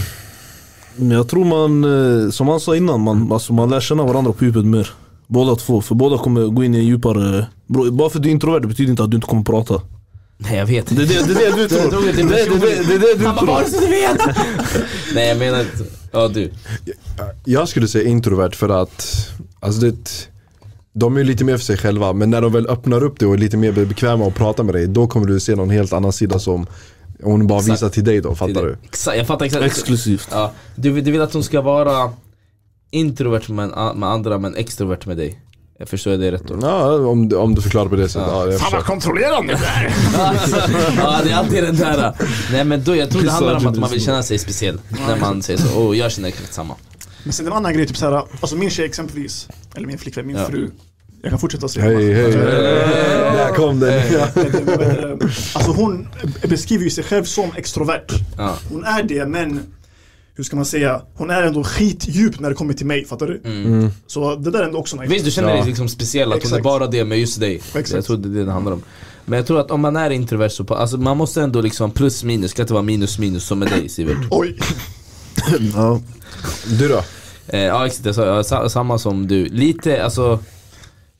Men jag tror man, eh, som han sa innan, man, alltså man lär känna varandra på djupet mer. Båda två, för båda kommer gå in i en djupare... Bro, bara för att du är introvert det betyder inte att du inte kommer prata.
Nej jag vet
Det är det, det, är det du tror. Det är det, det, är det, det, är det du tror.
du veta? Nej jag menar inte, ja du
Jag skulle säga introvert för att alltså det, De är ju lite mer för sig själva men när de väl öppnar upp det och är lite mer bekväma och pratar med dig Då kommer du se någon helt annan sida som hon bara visar till dig då, fattar du?
Exakt, jag fattar exakt
Exklusivt.
Ja, du, vill- du vill att hon ska vara introvert med, en- med andra men extrovert med dig? Jag förstår det rätt då?
Ja, om, du- om du förklarar på det sättet. Ja. jag
Fan vad
förstår.
kontrollerande det är!
ja det är alltid den där Nej men då, jag tror det handlar om att man vill känna sig speciell När man säger så, oh jag känner exakt samma
Men sen en annan grej, typ så här, alltså min tjej exempelvis, eller min flickvän, min
Ja.
fru. Jag kan fortsätta säga.
Hej, hej, hej. Där kom den. Ja.
Alltså hon beskriver ju sig själv som extrovert.
Ja.
Hon är det, men hur ska man säga? Hon är ändå skitdjup när det kommer till mig, fattar du? Så det där är ändå också nice.
Mm. Visst du känner dig liksom speciell, att hon är
Exakt.
bara det med just dig
Exakt.
Jag tror det är det det handlar om Men jag tror att om man är introvert så, på, alltså man måste ändå liksom plus minus, ska inte vara minus minus som med dig Sivert
Oj!
Ja.
Du då?
Eh, ja exakt, jag sa, ja, sa, samma som du. Lite, alltså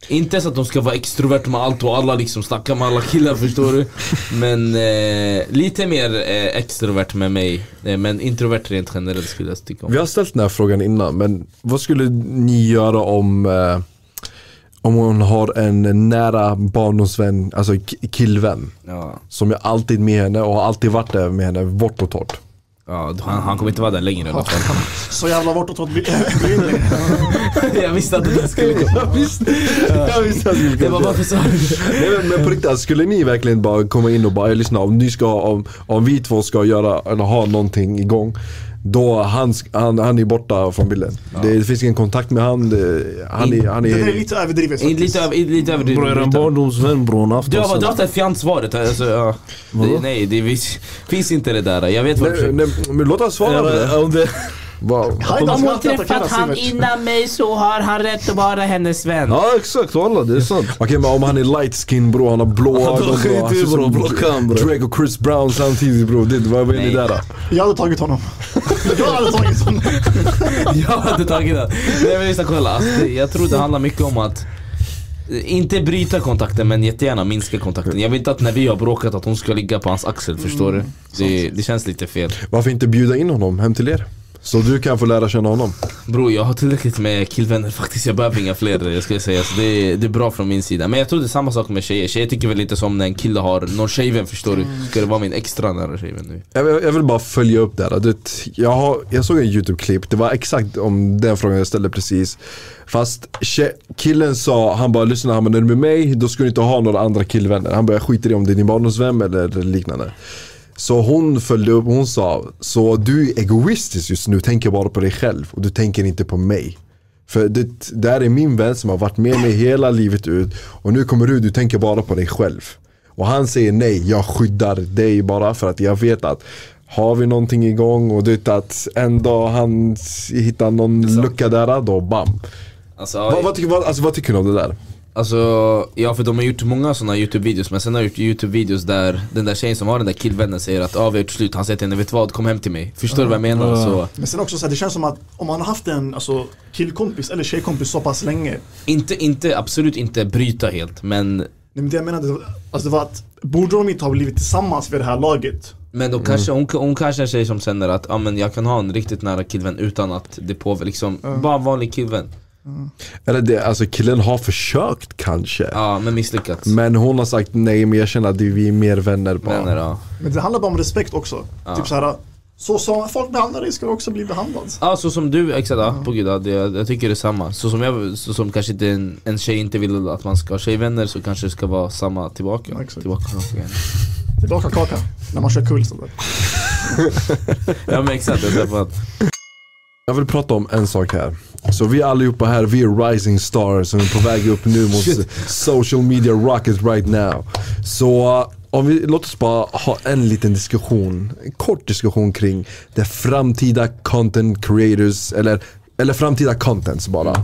inte så att de ska vara extroverta med allt och alla liksom snacka med alla killar förstår du Men eh, lite mer eh, extrovert med mig eh, Men introvert rent generellt skulle jag tycka om
Vi har ställt den här frågan innan men vad skulle ni göra om eh, Om hon har en nära barndomsvän, alltså ki- killvän?
ja.
Som är alltid med henne och har alltid varit där med henne, vårt och torrt.
Ja, han, han kommer inte vara där längre i alla fall.
Så jävla bortåt åt brytning.
jag visste att det där skulle komma.
Jag visste, jag visste att det
Det var
skulle
varför sa du?
Nej men, men på riktigt, alltså, skulle ni verkligen bara komma in och bara "Ey, lyssna om ni ska, om, om vi två ska göra, eller ha någonting igång då han, sk- han, han är borta från bilden. Det finns ingen kontakt med han. Det, han är, han
Den är
är,
lite överdrivet
In-
faktiskt.
Lite över- in- lite överdrivet.
Bror jag är en
Utan-
barndomsvän bror, hon har haft alltså-
Du
oss
har,
sen.
du har haft det här fjantsvaret, alltså, ja. det, nej det finns, finns inte det där. Jag vet vad du
nej,
försöker-
nej, men låt oss svara på det.
Ja, om det.
Wow.
Hajda,
Om
man
hon
ska inte attackera
träffat han
Sivert.
innan mig så har han rätt att vara hennes vän.
Ja exakt walla, det är sant.
Okej men om han är light skin bro, han har blå
Han har
ögon
skit i,
Han ser
bro,
som
blocka han, bro.
Drake och Chris Brown samtidigt bro. Det, vad vad är ni
Nej.
där då?
Jag hade tagit honom. Jag hade tagit honom.
Jag hade tagit den. Nej men lyssna kolla, alltså, det- jag tror det handlar mycket om att eh, inte bryta kontakten men jättegärna minska kontakten. Jag vill inte att när vi har bråkat att hon ska ligga på hans axel, förstår du? Det, det känns lite fel.
Varför inte bjuda in honom hem till er? Så du kan få lära känna honom.
Bro, jag har tillräckligt med killvänner faktiskt, jag behöver inga fler jag skulle säga. Så det, det är bra från min sida. Men jag tror det är samma sak med tjejer. Tjejer tycker väl inte som när en kille har någon tjejvän, förstår du? Ska det vara min extra nära tjejvän nu?
Jag vill, jag vill bara följa upp det här. Det, jag, har, jag såg en YouTube-klipp, det var exakt om den frågan jag ställde precis. Fast tje, killen sa, han bara lyssna, han bara, när du är med mig då ska du inte ha några andra killvänner. Han bara jag skiter i om det är din barndomsvän eller liknande. Så hon följde upp, hon sa, så du är egoistisk just nu, tänker bara på dig själv och du tänker inte på mig. För det, det här är min vän som har varit med mig hela livet ut och nu kommer du, du tänker bara på dig själv. Och han säger nej, jag skyddar dig bara för att jag vet att har vi någonting igång och du vet att en dag han s- hittar någon lucka där, då bam.
Alltså,
Vad, vad, tycker, vad, alltså, vad tycker du om det där?
Alltså, ja för de har gjort många sådana youtube-videos men sen har de gjort youtube-videos där den där tjejen som har den där killvännen säger att ja vi har gjort slut, han säger till henne vet du vad, kom hem till mig. Förstår du vad jag menar? Så,
Men sen också så här, det känns som att om man har haft en alltså, killkompis eller tjejkompis så pass länge. Nej
inte, inte, absolut inte bryta helt men,
men det jag menade, det var- alltså, det var att borde de inte ha blivit tillsammans vid det här laget?
men då kanske, hon, hon kanske är en tjej som känner att ja men jag kan ha en riktigt nära killvän utan att det påverkar, liksom, bara en vanlig killvän.
Eller det, alltså killen har försökt kanske.
Ja men misslyckats.
Men hon har sagt nej, men jag känner att vi är mer vänner bara.
Vänner, ja.
Men det handlar bara om respekt också. Typ så här, så som folk behandlar dig ska du också bli behandlad.
Ja så som du, exakt, ja, på gud, ja, det, jag, jag tycker det är samma. Så som, jag, så som kanske inte en, en tjej inte vill att man ska ha tjejvänner så kanske det ska vara samma tillbaka.
Exakt.
tillbaka, tillbaka.
Tillbaka kaka, när man kör kul. sådär.
Ja men exakt, jag träffade att
Jag vill prata om en sak här. Så vi allihopa här, vi är rising stars som är på väg upp nu mot social media rocket right now. Så uh, om vi, låt oss bara ha en liten diskussion, en kort diskussion kring det framtida content creators, eller, eller framtida contents bara.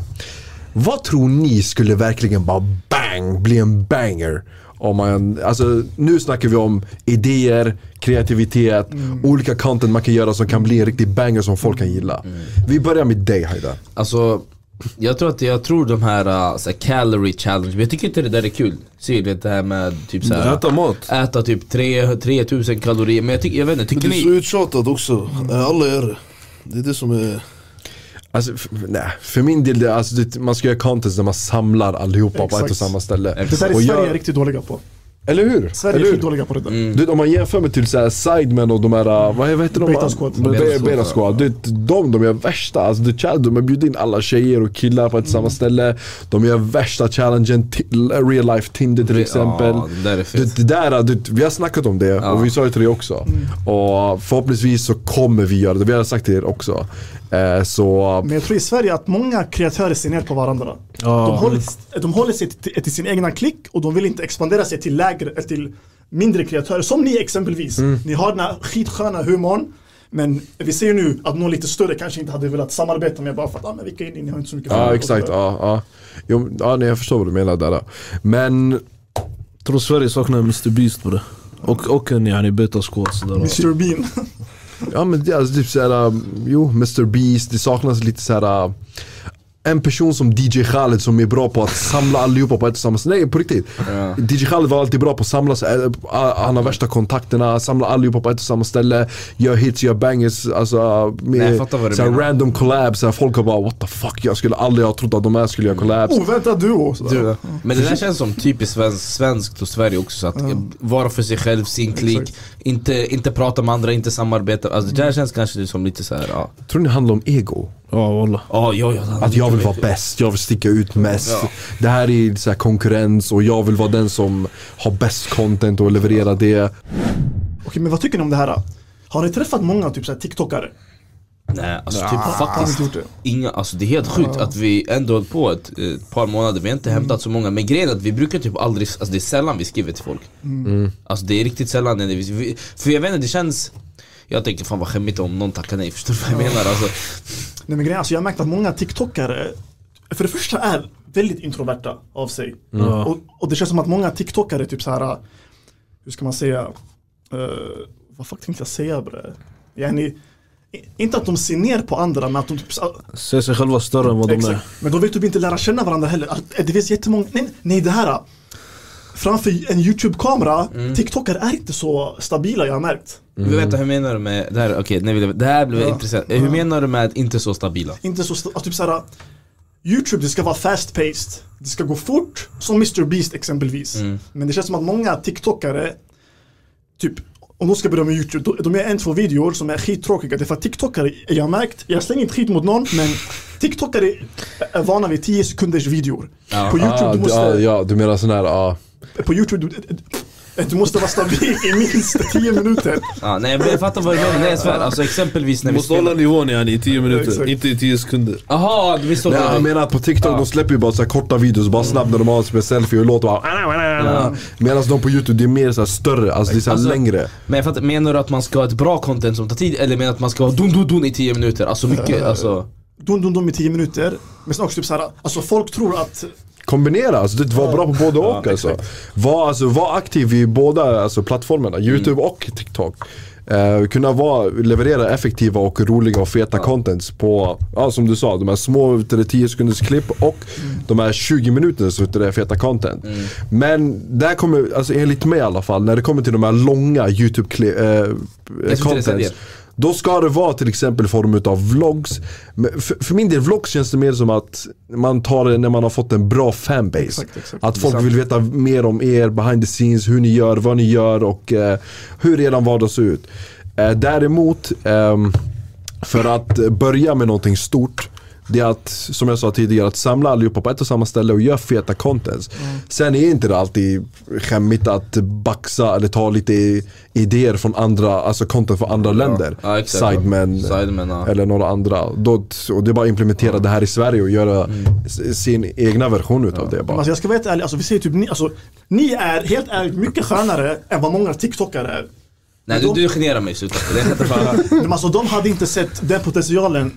Vad tror ni skulle verkligen bara bang, bli en banger? Om man, alltså, nu snackar vi om idéer, kreativitet, olika content man kan göra som kan bli en riktig banger som folk kan gilla. Vi börjar med dig Haida.
Alltså, jag tror att jag tror de här, uh, så här calorie challenge, men jag tycker inte det där är kul. Ser du det här med typ så här,
Äta mat.
äta typ 3, 3000 kalorier, men jag, tycker jag vet inte, tycker
Men det är så
ni?
uttjatat också. Eh, Alla gör det. Det är det som är...
Alltså, f- nej, för min del, det, alltså, det, man ska göra content där man samlar allihopa på ett
Exakt.
och samma ställe.
Det där är
Och
Sverige
jag-
riktigt dåliga på.
Eller hur? eller
Sverige
hur?
är
Mm.
sjukt dåliga på det där.
Du, vet, om man jämför med till så här Sidemen och de här, uh, vad vad heter de?
Beta Squad.
Be-
Beta
Be-
Squad,
Beta Squad. Du vet, de, de gör värsta, alltså the challenge, de har bjudit in alla tjejer och killar på ett samma
Mm.
ställe. De gör värsta challengen, ti- real life Tinder till exempel.
Ja, det där är fett.
Det, det där, det, vi har snackat om det och vi sa ju till dig också. Och förhoppningsvis så kommer vi göra det, vi har sagt till er också. Eh, så
Men jag tror i Sverige att många kreatörer ser ner på varandra. De, håller, de håller sig till, till sin egna klick och de vill inte expandera sig till lägre, eller till mindre kreatörer. Som ni exempelvis. Ni har den här skitsköna humorn. Men vi ser ju nu att någon lite större kanske inte hade velat samarbeta med bara för att ah, men vilka är ni? Ni har inte så mycket
ja
följare."
exakt, ja. ja. Jo, ja nej, jag förstår vad du menar där. ja. Men
Tror Sverige saknar Mr Beast bror. Och, och en yani beta squad sådär.
Mr Bean.
Ja men det, alltså typ såhär, um, jo Mr Beast, det saknas lite såhär uh, en person som DJ Khaled som är bra på att samla allihopa på ett och samma ställe. Nej på riktigt. DJ Khaled var alltid bra på att samla, sig, eh, ah, han har värsta kontakterna, samla allihopa på ett och samma ställe. Gör hits, gör bangers, alltså med
Nej, jag fattar vad du
så här
menar.
random collabs. Så här, folk har bara what the fuck, jag skulle aldrig ha trott att de här skulle göra collabs.
Oh.
Oväntad duo. sådär.
Du, men det där känns som typiskt svensk, svenskt och Sverige också. Så att vara för sig själv, sin klick, inte, inte prata med andra, inte samarbeta. Alltså, det där känns kanske som lite så här. ja.
Tror ni det handlar om ego?
Ja walla.
Ja, ja, ja,
Att jag vill vara bäst, jag vill sticka ut mest. Det här är så här konkurrens och jag vill vara den som har bäst content och leverera det.
Okej, men vad tycker ni om det här? Har ni träffat många typ så här, TikTokare?
Nej, alltså typ
Har ni
faktiskt.
inte gjort det?
Inga, alltså det är helt sjukt att vi ändå höll på ett, eh, ett par månader, vi har
Mm.
inte hämtat så många Men grejen är att vi brukar typ aldrig, alltså det är sällan vi skriver till folk
Mm.
Alltså det är riktigt sällan när vi, vi- för jag vet inte det känns Jag tänker fan vad skämmigt om någon tackar nej, förstår du vad jag menar? Alltså,
Nej men grejen är, alltså, jag har märkt att många TikTokare, för det första är väldigt introverta av sig.
Mm.
Och, och det känns som att många TikTokare typ så här, hur ska man säga, Eh, vad fuck tänkte jag säga bre? Yani, i- inte att de ser ner på andra men att de typ så här,
Ser sig själva större än vad de är.
Exakt. Men då vill typ inte lära känna varandra heller. Att- Det finns jättemånga, nej, nej det här. Framför en YouTube-kamera,
Mm.
TikTokare är inte så stabila jag har märkt.
Vi vet inte, hur menar du med, det här, okej, nej, vi- det här blev intressant Eh, Hur menar du med att inte så stabila?
Inte så, sta- att typ såhär, YouTube det ska vara fast-paced. Det ska gå fort, som Mr Beast exempelvis. Men det känns som att många TikTokare, typ om de ska börja med YouTube, då- de gör en, två videor som är skittråkiga. Det är för att TikTokare, jag har märkt, jag slänger inte skit mot någon, men TikTokare är vana vid 10 sekunders videor. På YouTube
Ah,
du
du,
måste...
ah, ja, du menar sån här, ah.
på Youtube, du, du måste vara stabil i minst 10 minuter.
Ja, nej jag fattar vad du menar, nej jag svär, alltså exempelvis när vi
Måste hålla
spelar
nivån yani i 10 minuter,
Exakt.
inte i 10 sekunder.
Jaha, vi står
Nej, jag
där
menar att på TikTok de släpper ju bara så här korta videos bara snabbt när de har en selfie och låter bara Medan de på YouTube det är mer så här större, alltså det är så här
Alltså-
längre.
Men jag fattar, menar du att man ska ha ett bra content som tar tid eller menar du att man ska ha dun dun dun i 10 minuter? Alltså mycket, alltså
Dun dun dun i 10 minuter. Men sen också typ såhär, alltså folk tror att
Kombinera, alltså det var bra på både och alltså. Var, alltså. var aktiv i båda alltså, plattformarna, YouTube och TikTok. Eh, kunna vara, leverera effektiva och roliga och feta contents på, ja, som du sa, de här små vet du det, 10 sekunders klipp och de här 20 minuternas vet du det, feta content. Men där kommer, alltså, enligt mig i alla fall, när det kommer till de här långa eh,
tre
YouTube-contents
serier.
då ska det vara till exempel i form av vlogs. Men För, för min del, vlogs känns det mer som att man tar det när man har fått en bra fanbase.
Exakt, exakt.
Att folk vill veta mer om er, behind the scenes, hur ni gör, vad ni gör och eh, hur eran vardag ser ut. Eh, däremot, ehm, för att börja med någonting stort det är att, som jag sa tidigare, att samla allihopa på ett och samma ställe och göra feta contents.
Mm.
Sen är inte det alltid skämmigt att baxa eller ta lite i- idéer från andra, alltså content från andra länder.
Ja, exakt.
Sidemen,
Sidemen, ja.
eller några andra. Då, och det är bara att implementera det här i Sverige och göra
Mm.
s- sin egna version utav det bara.
Alltså jag ska vara helt ärlig, alltså vi säger typ ni, alltså ni är helt ärligt mycket skönare än vad många TikTokare är.
Nej du, du generar mig, sluta. Det är inte fan.
Men alltså de hade inte sett den potentialen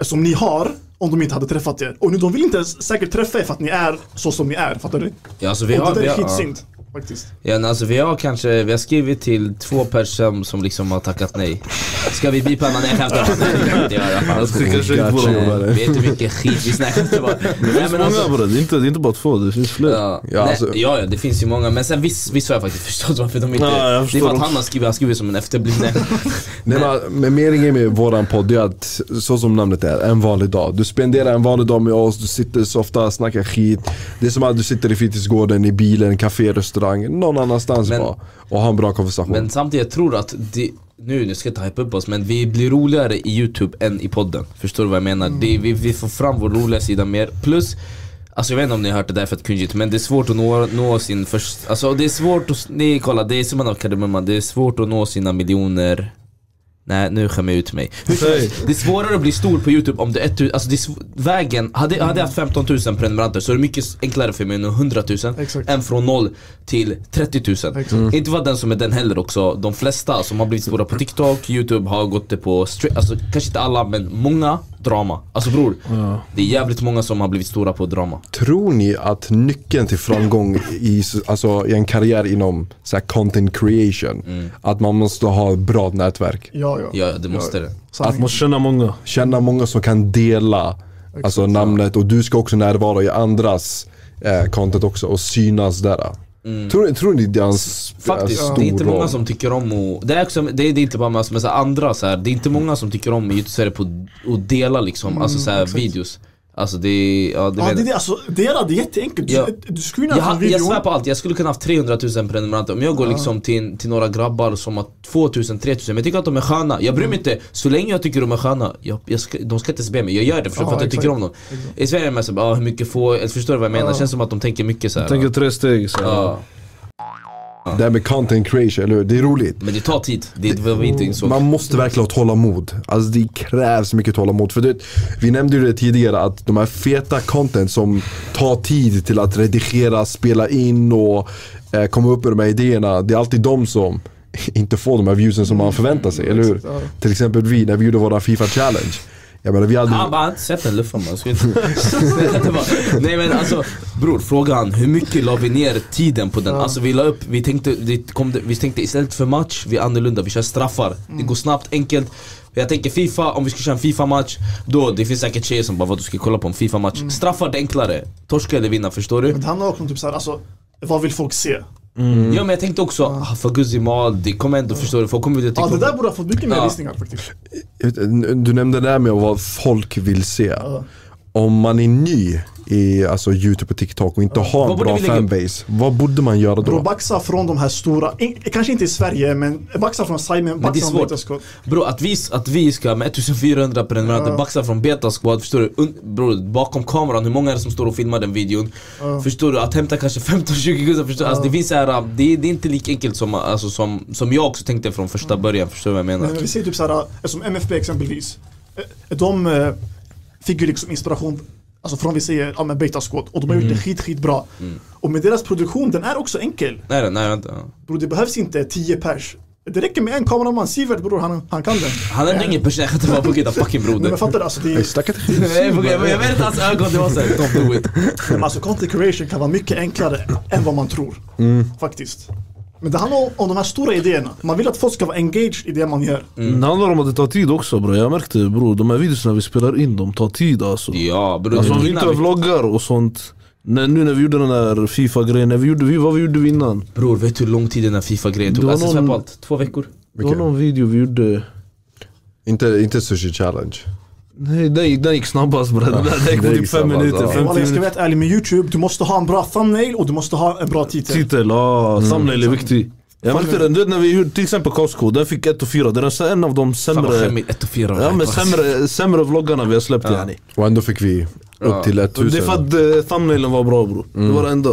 som ni har om de inte hade träffat er. Och nu de vill inte ens säkert träffa er för att ni är så som ni är, fattar du?
Ja, alltså, vi
och
har,
det
vi
där är
har, ja.
skitsynd faktiskt.
Ja, men alltså, vi har kanske, vi har skrivit till två personer som liksom har tackat nej. Ska vi bipa henne? Nej jag skämtar. Nej, Alltså, det kan vi inte göra, fan.
Skicka skit på dem.
Nej, Vet du vilken skit vi snackar om?
Det finns många bror, det är inte- det är inte bara två, det finns fler.
alltså- Ja,
Ja,
nej,
alltså-
ja, ja, det finns ju många, men sen viss, vissa har jag faktiskt förstått varför de inte...
Ja, jag
det är
förstår
för att
också.
han har skrivit, han skriver som en efterbliven.
Nej, men, men meningen med våran podd är att, så som namnet är, en vanlig dag. Du spenderar en vanlig dag med oss, du sitter så ofta snackar skit. Det är som att du sitter i fritidsgården, i bilen, café, restaurang, någon annanstans
Men-
bara. Och har en bra konversation.
Men samtidigt, jag tror att det, nu, nu ska jag inte hypa upp oss, men vi blir roligare i youtube än i podden Förstår du vad jag menar? Det, vi, vi får fram vår roliga sida mer, plus Alltså jag vet inte om ni har hört det där för att kungigt, men det är svårt att nå, nå sin först... Alltså det är svårt att... Nej kolla, det är som en av kardemumman, det är svårt att nå sina miljoner Nej nu skämmer jag ut mig. Hur
Alltså,
som helst, Det är svårare att bli stor på youtube om du är ett, tu- alltså det är sv- vägen, hade, hade jag haft
Mm.
15 000 prenumeranter så är det mycket enklare för mig att nå 100 000
Exakt. Mm.
än från 0 till 30 000. Inte vara den som är den heller också, de flesta som har blivit stora på TikTok, youtube har gått det på, stre- alltså kanske inte alla men många drama. Alltså bror, det är jävligt många som har blivit stora på drama.
Tror ni att nyckeln till framgång i, alltså, i en karriär inom så här, content creation,
Mm.
att man måste ha ett bra nätverk?
Ja, ja.
Ja, det måste det.
Sanning.
Måste känna många.
Känna många som kan dela Alltså namnet och du ska också närvara i andras eh, content också och synas där. Tror, ni- tror ni det är hans
Mm. Faktiskt,
eh,
det är inte många som tycker om att... Det är, också, det är det är inte bara med oss, men så här, andra så här, det är inte många som tycker om youtubare på att dela liksom, alltså så här, videos Alltså det är... Ja, det
Mm, Ja,
vet-
det, det, alltså, det är det jätteenkelt. Du,
Ja.
du screenar
jag,
från
ha- jag
videon.
svär på allt, jag skulle kunna haft 300 000 prenumeranter Om jag går liksom till, till några grabbar som har 2000, 3000 Men jag tycker att de är sköna, jag bryr mig inte Så länge jag tycker de är sköna, jag, jag ska, de ska inte ens be mig Jag gör det för,
Ja,
för att jag
exakt.
tycker om dem I Sverige är man såhär, ah, hur mycket får jag? Förstår du vad jag menar? Det känns som att de tänker mycket såhär
Jag tänker tre steg så.
ja.
Det här med content creation, eller hur? Det är roligt.
Men det tar tid, det är vad vi inte insåg
Mm.
Man måste verkligen ha tålamod. Alltså det krävs mycket tålamod. För det, vi nämnde ju det tidigare att de här feta content som tar tid till att redigera, spela in och eh, komma upp med de här idéerna. Det är alltid de som inte får de här viewsen som man
Mm.
förväntar sig, eller hur? Till exempel vi, när vi gjorde våra FIFA challenge. Jag menar vi hade...
Han bara, han har inte sett en luffan man. Ska inte- Det var- Nej men alltså bror, frågan hur mycket la vi ner tiden på den? Alltså vi la upp, vi tänkte, det kom, det- vi tänkte istället för match, vi är annorlunda, vi kör straffar. Det
Mm.
går snabbt, enkelt. Jag tänker Fifa, om vi ska köra en Fifa-match, då det finns säkert tjejer som bara vad du ska kolla på en Fifa-match.
Mm.
Straffar det är enklare, torska eller vinna förstår du?
Men det handlar också om typ såhär, alltså, vad vill folk se?
Ja men jag tänkte också, ah, Faguzi mal, det kommer ändå förstår du, folk kommer vilja
Ja,
tycka
det
om
där borde ha fått mycket mer
Ja.
visningar faktiskt.
Jag vet inte, Du nämnde det där med vad folk vill se. Om man är ny i alltså, YouTube och TikTok och inte har en
Vad borde
bra
vi lägga upp?
fanbase, vad borde man göra
Bro,
då?
baxa från de här stora, in, kanske inte i Sverige men baxa från Simon,
Men det är
baxa från
svårt.
Vetenskap.
Bro, att vi, att vi ska med 1400 prenumeranter baxa från Beta Squad, förstår du? Un, bro, bakom kameran, hur många är det som står och filmar den videon? Förstår du? Att hämta kanske 15-20 gubbar, förstår du? Alltså, det, finns så här, det, det är inte lika enkelt som, alltså, som, som jag också tänkte från första början, förstår du vad jag menar?
Nej, men vi ser typ såhär, som MFB exempelvis. Eh, De eh, fick ju liksom inspiration alltså från vi säger, ja men Beta Squad och de har gjort det skit, skitbra. Och med deras produktion, den är också enkel.
Nej, nej vänta.
Bro, det behövs inte 10 pers. Det räcker med en kameraman, Sivert bror, han, han kan den.
Han nämnde ingen person, jag kan inte vara på gud, fucking
Men
broder.
jag fattar du? Alltså, det
Nej,
är,
Snacka till
Nej, på gud, Jag jag vet inte hans ögon, det var såhär, don't do it.
men alltså content creation kan vara mycket enklare än vad man tror. Faktiskt. Men det handlar om, om de här stora idéerna. Man vill att folk ska vara engaged i det man gör.
mm.
Det handlar om att det tar tid också bro. Jag märkte bro, de här videorna vi spelar in, de tar tid alltså.
Ja Mm. bror,
Alltså om vi inte
innan
har
vi-
vloggar och sånt. När, nu när vi gjorde den där FIFA-grejen, när vi gjorde, vi, vad vi gjorde vi innan?
bror vet du hur lång tid den här FIFA-grejen
Det
tog?
var
Alltså
någon-
svär på allt, två veckor.
Det var
Vilken?
någon video vi gjorde
Inte, inte sushi challenge.
Nej den gick, den gick snabbast bre, den, där- den gick på
den
typ
gick
fem
snabbast,
minuter,
ja.
fem
Walla, jag ska
minuter
vara helt ärlig med YouTube, du måste ha en bra thumbnail och du måste ha en bra titel.
Titel, ja,
Mm.
thumbnail är viktig Jag märkte den, du vet när vi gjorde till exempel Costco, den fick 1 och 4 Den är så en av de
Fan vad
sämre,
skämmigt, ett och fyra. Alltså.
ja, men sämre, sämre vloggarna vi har släppt yani
Och ändå fick vi upp till
Det är
1000.
för att eh, thumbnailen var bra bro, det var det enda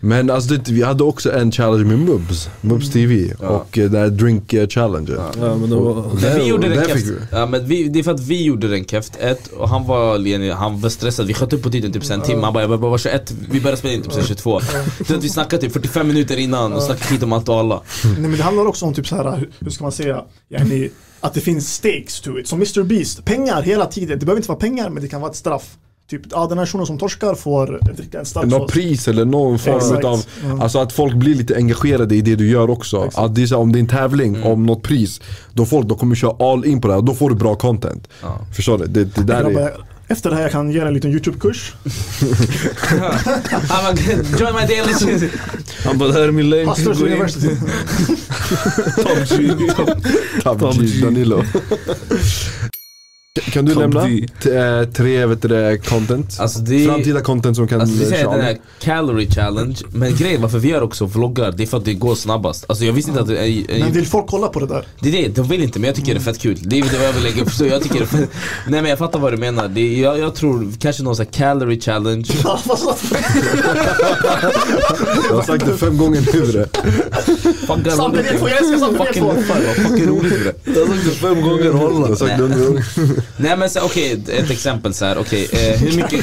Men alltså det, vi hade också en challenge med Mubs, Mubs TV och eh, den här drink eh, challengen.
Ja men det var
Men vi gjorde den
där
keft.
fick vi.
Ja, men vi, det är för att vi gjorde den keft ett och han var, Leni, han var stressad, vi sköt upp på tiden typ sen en timme, han bara jag bara 21, vi började spela in typ sen 22. Så att vi snackade typ 45 minuter innan och snackade skit om allt och alla.
Nej, men det handlar också om typ så här, hur- hur ska man säga, yani, att det finns stakes to it. Som Mr Beast, pengar hela tiden. Det behöver inte vara pengar men det kan vara ett straff. Typ, ja den här personen som torskar får dricka en stark
Något pris eller någon form
Exakt.
utav,
Mm.
alltså att folk blir lite engagerade i det du gör också. Att det är så, här, om det är en tävling
Mm.
om något pris, då folk då kommer köra all in på det här och då får du bra content. Förstår du? Det, det där är...
Grabbar, efter det här jag kan ge er en liten YouTube-kurs.
Han bara join my daily
Han bara det här är min lane,
Pastors
gå in,
University.
top G.
Top
Top
G,
G.
Danilo. kan du
Top
nämna
D.
t- eh, tre vet du, det, content?
Alltså det-
Framtida content som kan
Alltså vi
eh,
säger
köra.
den här calorie challenge, men grejen varför vi gör också vloggar, det är för att det går snabbast. Alltså jag visste inte att det är...
Men vill folk kolla på det där?
Det är det, de vill inte men jag tycker det är fett kul. Det är det jag vill lägga upp, så jag tycker det är fett... Nej men jag fattar vad du menar. Det är, jag, jag tror kanske någon sån här calorie challenge
Ja, fast att-
Jag har sagt det fem gånger nu bre.
Fucking
Samtidigt
roligt.
får jag älska samtidigt
Fucking
får.
fan, vad fucking roligt bre.
Jag har sagt det fem gånger hålla. Jag har sagt det hundra gånger.
Nej men så- okej, ett exempel så här. okej eh, hur mycket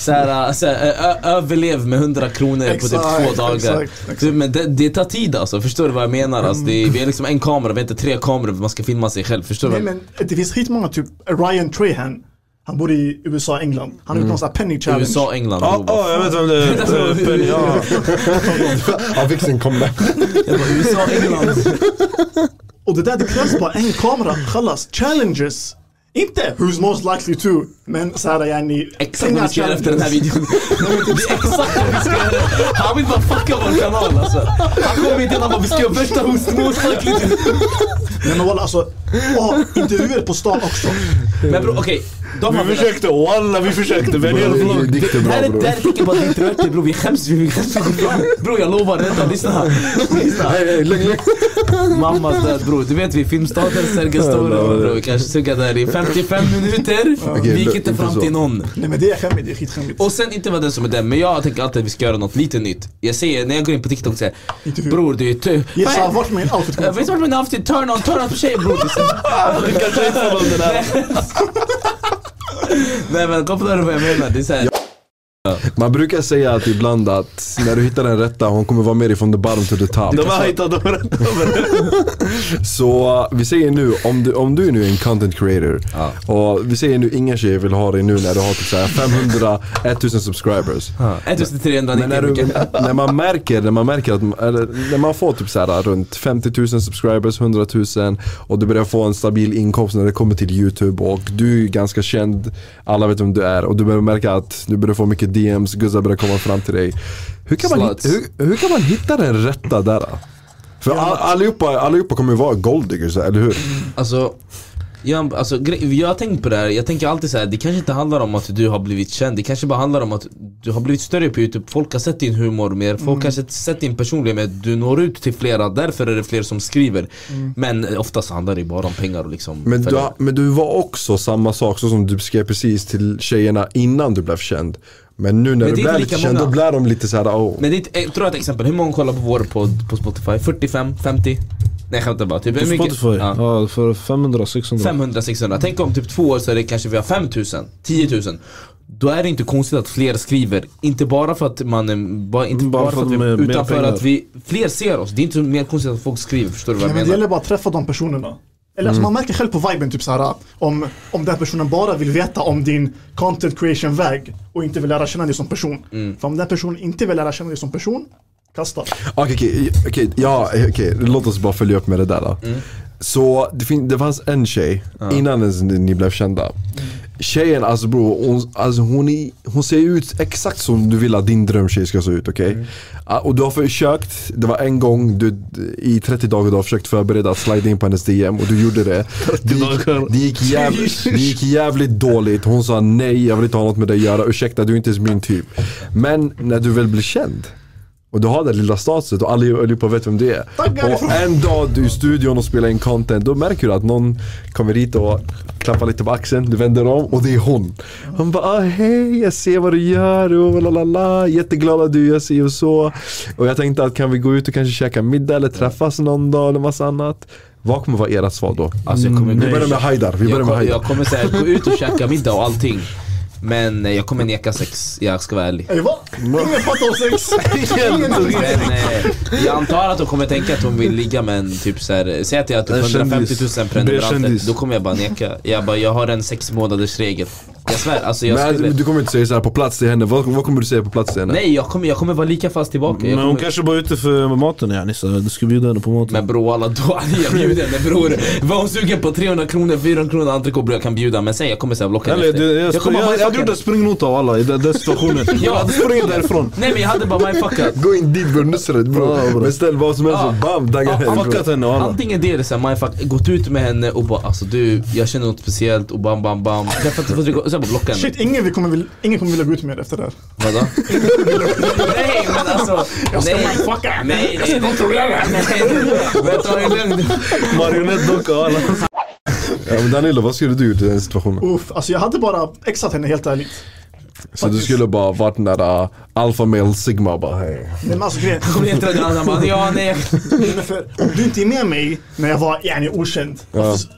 så här, eh, så här, eh, ö- överlev med 100 kronor på
Exakt,
typ två dagar.
exakt, exakt.
Du, men det, det tar tid alltså, förstår du vad jag menar? Alltså, det är, vi har liksom en kamera, vi har inte tre kameror för man ska filma sig själv, förstår
Nej
du?
men det finns skitmånga, typ Ryan Trahan. Han bor i USA och England. Han har gjort någon sån här penny challenge.
USA, England,
Ja,
Europa.
ja, jag vet vem det är, Eh, Penny, ja
Han fick sin comeback.
Jag bara, USA, England.
Och det där, det krävs bara en kamera, kallas challenges. Inte who's most likely to, men såhär yani...
Exakt vad vi ska göra efter den här videon.
typ
Det är exakt vad vi ska göra. Han vill bara fucka vår kanal alltså. Han kommer inte han bara vi ska göra värsta hostmorsan.
Nej men walla alltså, åh, intervjuer på stan också.
Men bror okej. De har
Vi försökte, walla vi försökte. Välj en
Bror,
vlogg.
Dikt är
Det här
bra
är
bror.
där tycker jag bara att vi är introverter bror, vi skäms vi skäms Bror jag lovar, vänta lyssna här. Lyssna.
Hej, hej, lugn, lugn.
Mammas död bror, du vet vi är Filmstaden, Sergels torg bror. Vi kanske sugga där i 55 minuter.
Okej,
Vi gick
lugn,
inte
inte
fram
så.
till någon.
Nej men det är skämmigt, det är skitskämmigt.
Och sen inte vara den som är den, men jag tänker alltid att vi ska göra något lite nytt. Jag säger, när jag går in på TikTok säger
Intervju.
bror du är tu...
Yes, jag har varit med i en outfit
Jag vet vart min outfit turn on, turn on på tjejer bror. Du kanske inte får den här. Nej men kom på det vad jag menar, det är såhär.
Man brukar säga att ibland att när du hittar den rätta, hon kommer vara med dig från the bottom to the top.
De har hajtat dem rätt över.
Så uh, vi säger nu, om du, om du är nu en content creator och vi säger nu inga tjejer vill ha dig nu när du har typ så här 500, 1000 subscribers.
1390
Men när, du, när, man märker, när man märker att, eller, när man får typ så här runt 50 000 subscribers, 100 000 och du börjar få en stabil inkomst när det kommer till YouTube och du är ganska känd, alla vet vem du är och du börjar märka att du börjar få mycket DMs, guzzar börjar komma fram till dig. Hur kan man,
Sluts.
hitta, hur, hur kan man hitta den rätta där? då? För all, allihopa, allihopa kommer ju vara golddiggers, eller hur?
Alltså, jag, alltså, gre- jag har tänkt på det här, jag tänker alltid så här, det kanske inte handlar om att du har blivit känd, det kanske bara handlar om att du har blivit större på youtube, folk har sett din humor mer,
Mm.
folk har sett, sett din personlighet mer, du når ut till flera, därför är det fler som skriver. Men eh, oftast handlar det bara om pengar och liksom
Mm. Men du,
följare.
har- men du var också samma sak så som du beskrev precis till tjejerna innan du blev känd. Men nu när
det är
du
inte
blev
lika
lite känd, då
många.
blir de lite såhär oh.
Men det är ett, tror jag ett exempel, hur många kollar på vår podd på Spotify? 45? 50? Nej jag skämtar bara, typ hur
På
mycket?
Spotify.
Ja.
Ja, för 500, 600.
500, 600. Tänk om typ två år så är det kanske vi har 5000, 10 000. Då är det inte konstigt att fler skriver. Inte bara för att man är, bara, inte bara för att
de
vi,
är mer
utan för
pengar.
att vi, fler ser oss. Det är inte mer konstigt att folk skriver, förstår du vad
Nej,
jag
men det
menar? Mm.
gäller bara att träffa de personerna. Eller alltså, man märker själv på viben, typ såhär, om, om den personen bara vill veta om din content creation-väg och inte vill lära känna dig som person.
Mm.
För om den personen inte vill lära känna dig som person, kasta.
Ah, Okej, okej, okej, ja, okej, låt oss bara följa upp med det där då. Så det, fin- det fanns en tjej innan ens ni ni blev kända. Tjejen alltså bror, hon, alltså hon, är, hon ser ut exakt som du vill att din drömtjej ska se ut, okej? Ah, Och du har försökt, det var en gång du, i 30 dagar du har försökt förbereda att slida in på hennes DM och du gjorde det. Det gick, det gick, jävligt, det gick jävligt dåligt, hon sa nej, jag vill inte ha något med dig att göra, ursäkta du är inte ens min typ. Men när du väl blir känd och du har den lilla statuset och alla- allihopa vet vem det är.
Tackar
Och en dag du är i studion och spelar in content, då märker du att någon kommer hit och klappar lite på axeln, du vänder om och det är hon. Hon bara ah, hej, jag ser vad du gör och la la la, jätteglad att du gör si och så. Och jag tänkte att kan vi gå ut och kanske käka middag eller träffas någon dag eller massa annat. Vad kommer vara era svar då?
Alltså jag kommer,
Vi börjar med Haidar, vi börjar
jag,
med
kom,
Haidar.
jag kommer säga gå ut och käka middag och allting. Men eh, jag kommer neka sex, jag ska vara ärlig.
Ey va? Ingen fattar om sex! Ingen
Men
fattar om sex.
eh, jag antar att hon kommer tänka att hon vill ligga med en typ såhär, säg att jag har
En
typ 150
kändis.
000
Det är kändis.
prenumeranter, då kommer jag bara neka. Jag bara, jag har en sex månaders regel. Jag svär, alltså jag
Men
skulle...
du kommer inte säga såhär på plats till henne, vad, vad kommer du säga på plats till henne?
Nej jag kommer, jag kommer vara lika fast tillbaka. Jag
Men hon
kommer...
kanske bara är ute för maten yani, så du ska bjuda henne på maten.
Men bror alla då hade jag bjudit henne bror. Var hon sugen på 300 kronor, 400 kronor entrecote bror jag kan bjuda. Men sen jag kommer såhär blocka henne
Eller, du, jag,
efter.
jag,
Jag kommer
jag, jag hade gjort
mindfucka
en springnota av alla i den, den situationen.
Ja.
Jag hade sprungit därifrån.
henne. Nej men jag hade bara mindfuckat.
Gå in dit bror, Nusret
Ja,
bror.
bror.
Beställ vad som helst och bam, dagga
Ja,
hem. bror.
Fuckat henne och alla.
Antingen det eller såhär mindfuck, gått ut med henne och bara alltså du, jag känner något speciellt och bam bam bam. Träffat två, tre gånger och sen bara blocka henne.
Shit, ingen, vi kommer, vil- ingen kommer vilja gå ut med er efter det här.
Vadå? nej men alltså. Jag ska nej, fucka henne. Nej, nej, nej. Men ta det lugnt.
Marionettdocka och alla.
Ja, men Danilo, vad skulle du gjort i den situationen?
Uff, alltså jag hade bara exat henne helt ärligt.
Så du skulle bara varit den där uh, alpha male sigma och bara hej.
Nej men alltså grejen,
Kom igen tröjan, han bara ja nej.
nej, men för, om du inte är med mig när jag var yani okänd. Alltså,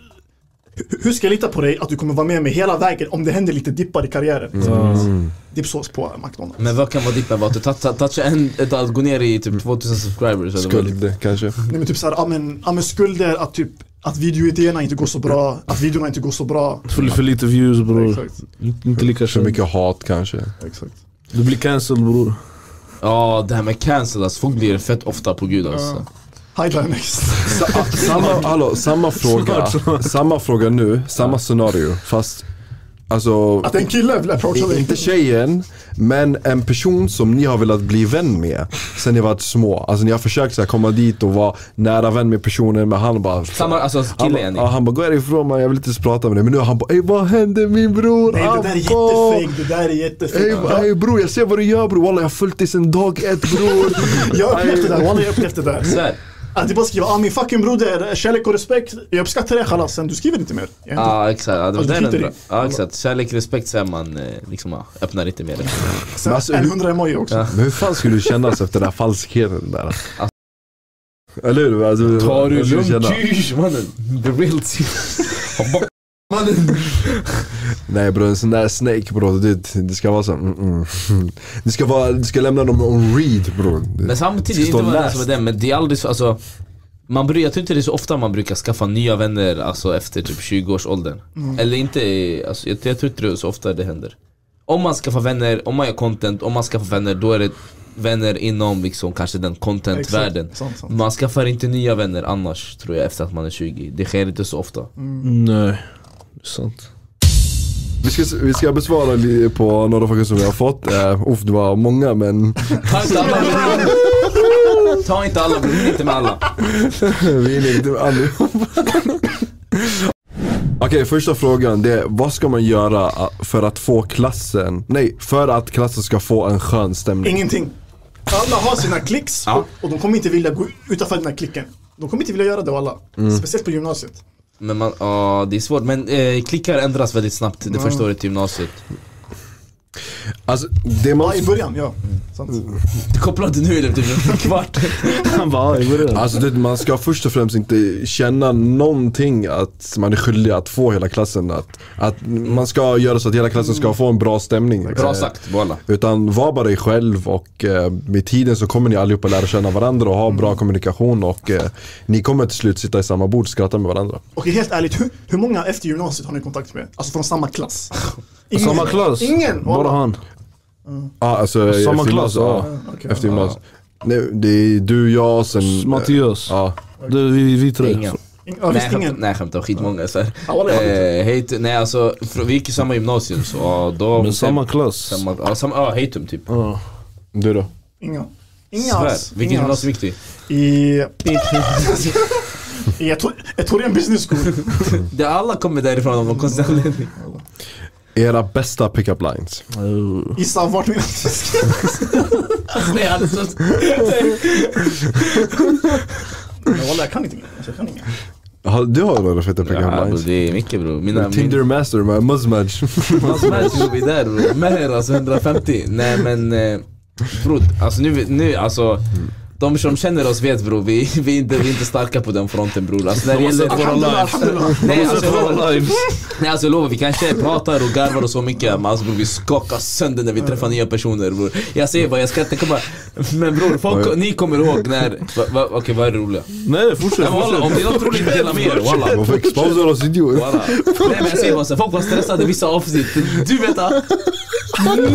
hu- hur ska jag lita på dig att du kommer vara med mig hela vägen om det händer lite dippar i karriären?
Mm.
Dipsås på McDonalds.
Men vad kan vara dippen vara? Att du touchar touchar en, ett, att gå ner i typ 2000 subscribers eller vad?
Skuld kanske.
Nej men typ såhär, ja men, ja men skulder att typ att videoidéerna inte går så bra, att videorna inte går så bra.
För, för lite views
Mm.
bror.
Exakt,
Inte lika
För
känd.
mycket hat kanske.
exakt.
Du blir cancelled bror.
Ja det här med cancel alltså, folk blir fett ofta på gud alltså.
Highline next.
Sa- ah, samma, hallå, samma fråga, samma fråga nu, samma scenario fast Alltså,
Att en kille vill approacha dig.
inte tjejen, men en person som ni har velat bli vän med sen ni varit små. Alltså ni har försökt så här, komma dit och vara nära vän med personen men han bara
Samma, alltså
han,
kille
bara,
yani.
ja, han bara gå härifrån man, jag vill inte ens prata med dig. Men nu har han bara ey vad hände min bror?
Nej det där är
Abba?"
jättefegt, det där är
Ey,
jättefegt.
ey bror jag ser vad du gör bror, walla jag har följt dig sen dag ett bror.
Jag har upplevt det där, wallah jag har upplevt det där.
Svär.
Att det bara skriva ah min fucking broder, kärlek och respekt. Jag uppskattar det khalas, sen du skriver inte mer. Jag
Ja
har inte-
exakt, ja, det var
Alltså,
där
skiter
den
i.
drar. Ja exakt, kärlek, respekt så är man eh, liksom ja, öppnar lite mer.
Sen,
Men alltså,
en
hur-
hundra emoji också.
Men hur fan skulle du kännas efter den här falskheten där? Eller hur? Alltså, hur skulle du känna?
kysch mannen. The real Mannen.
Nej bror, en sån där snake bror, det, det ska vara så. Mm, mm. Det, ska vara, det ska lämna dem on read bror.
Men
Det
samtidigt,
ska
inte
stå
vara den
last.
som är den, men det är aldrig så, alltså man bryr, jag tror inte det är så ofta man brukar skaffa nya vänner alltså efter typ 20-årsåldern.
Mm.
Eller inte, alltså, jag, jag tror inte det är så ofta det händer. Om man skaffar vänner, om man gör content, om man skaffar vänner då är det vänner inom liksom kanske den contentvärlden.
Exakt, sant, sant.
Man skaffar inte nya vänner annars tror jag efter att man är 20. Det sker inte så ofta.
Mm.
Nej, det är sant.
Vi ska, vi ska besvara li- på några frågor som vi har fått. Uh, uff, det var många men
Ta inte alla Ta inte alla, bli inte med alla.
vi hinner inte med allihop. Okej, första frågan det är vad ska man göra ah, för att få klassen, nej, för att klassen ska få en skön stämning?
Ingenting. Alla har sina klicks
Ja.
och, och de kommer inte vilja gå utanför den här klicken. De kommer inte vilja göra det alla. Speciellt på gymnasiet.
Men man, ja det är svårt, men eh, klickar ändras väldigt snabbt det
Mm.
första året i gymnasiet.
Alltså, det man...
Ja, i början, ja. Sant.
Du kopplar inte nu eller typ en kvart.
Han bara, "Aj, vad är det?"
Alltså det, man ska först och främst inte känna någonting att man är skyldig att få hela klassen att, att man ska göra så att hela klassen ska få en bra stämning.
Bra
Eh,
sagt, voilà.
Utan var bara dig själv och eh, med tiden så kommer ni allihopa lära känna varandra och ha
Mm.
bra kommunikation och eh, ni kommer till slut sitta i samma bord och skratta med varandra.
Okej, helt ärligt, hur, hur många efter gymnasiet har ni kontakt med? Alltså från samma klass? Ingen.
Samma klass?
Ingen!
Bara han.
Ah, alltså,
Samma
efter
klass,
gymnasiet,
ja.
Ah,
ja.
Okej.
Efter gymnasiet. Nej, det är du, jag och sen...
Mattias.
Ja.
Det är vi, vi tre.
Ingen.
Ingen- Ja,
Nej
visst,
jag skämtar,
ingen.
nej, jag skämtar skitmånga så här.
Ja, vadå, jag
Eh, hej, tu- nej alltså, för, vi gick i samma gymnasium så ja, då... typ
Men samma klass.
Samma, ja, samma, ja Hejtum typ.
Ja.
Du då?
Inga. Inga alls.
Svär. Vilket
Inga alls.
gymnasium gick du i?
I... I Eto- Etorien Business School.
Det- Alla kommer därifrån av någon konstig anledning.
Era bästa pickup lines.
Eh,
Gissa vart mina...
Nej, alltså,
Men Walla, jag kan inte. Alltså, Jag kan inga.
Har- Du har några feta pickup
ja, bro,
lines?
det är mycket bror. Mina,
Tinder master med Muzmatch.
Hans match gjorde vi där bror, mer alltså 150 Nej men eh, bror, alltså nu, nu alltså De som känner oss vet bror, vi, vi, är inte, vi är inte starka på den fronten bror Alltså när det gäller våra
Alhamdulillah,
lives
alhamdulillah.
Nej alltså jag lovar,
lives.
nej, alltså, jag lovar, vi kanske pratar och garvar och så mycket Men alltså bror vi skakar sönder när vi träffar nya personer bror Jag säger bara, jag ska inte komma Men bror, folk, ni kommer ihåg när va, va, Okej vad är det roliga?
Nej, fortsätt.
Nej, men walla, om det är
fortsätt.
något roligt dela med er, walla
Varför exposar oss idiot?
Bara. Nej men jag säger bara så, folk var stressade vissa avsnitt, du vet ah. att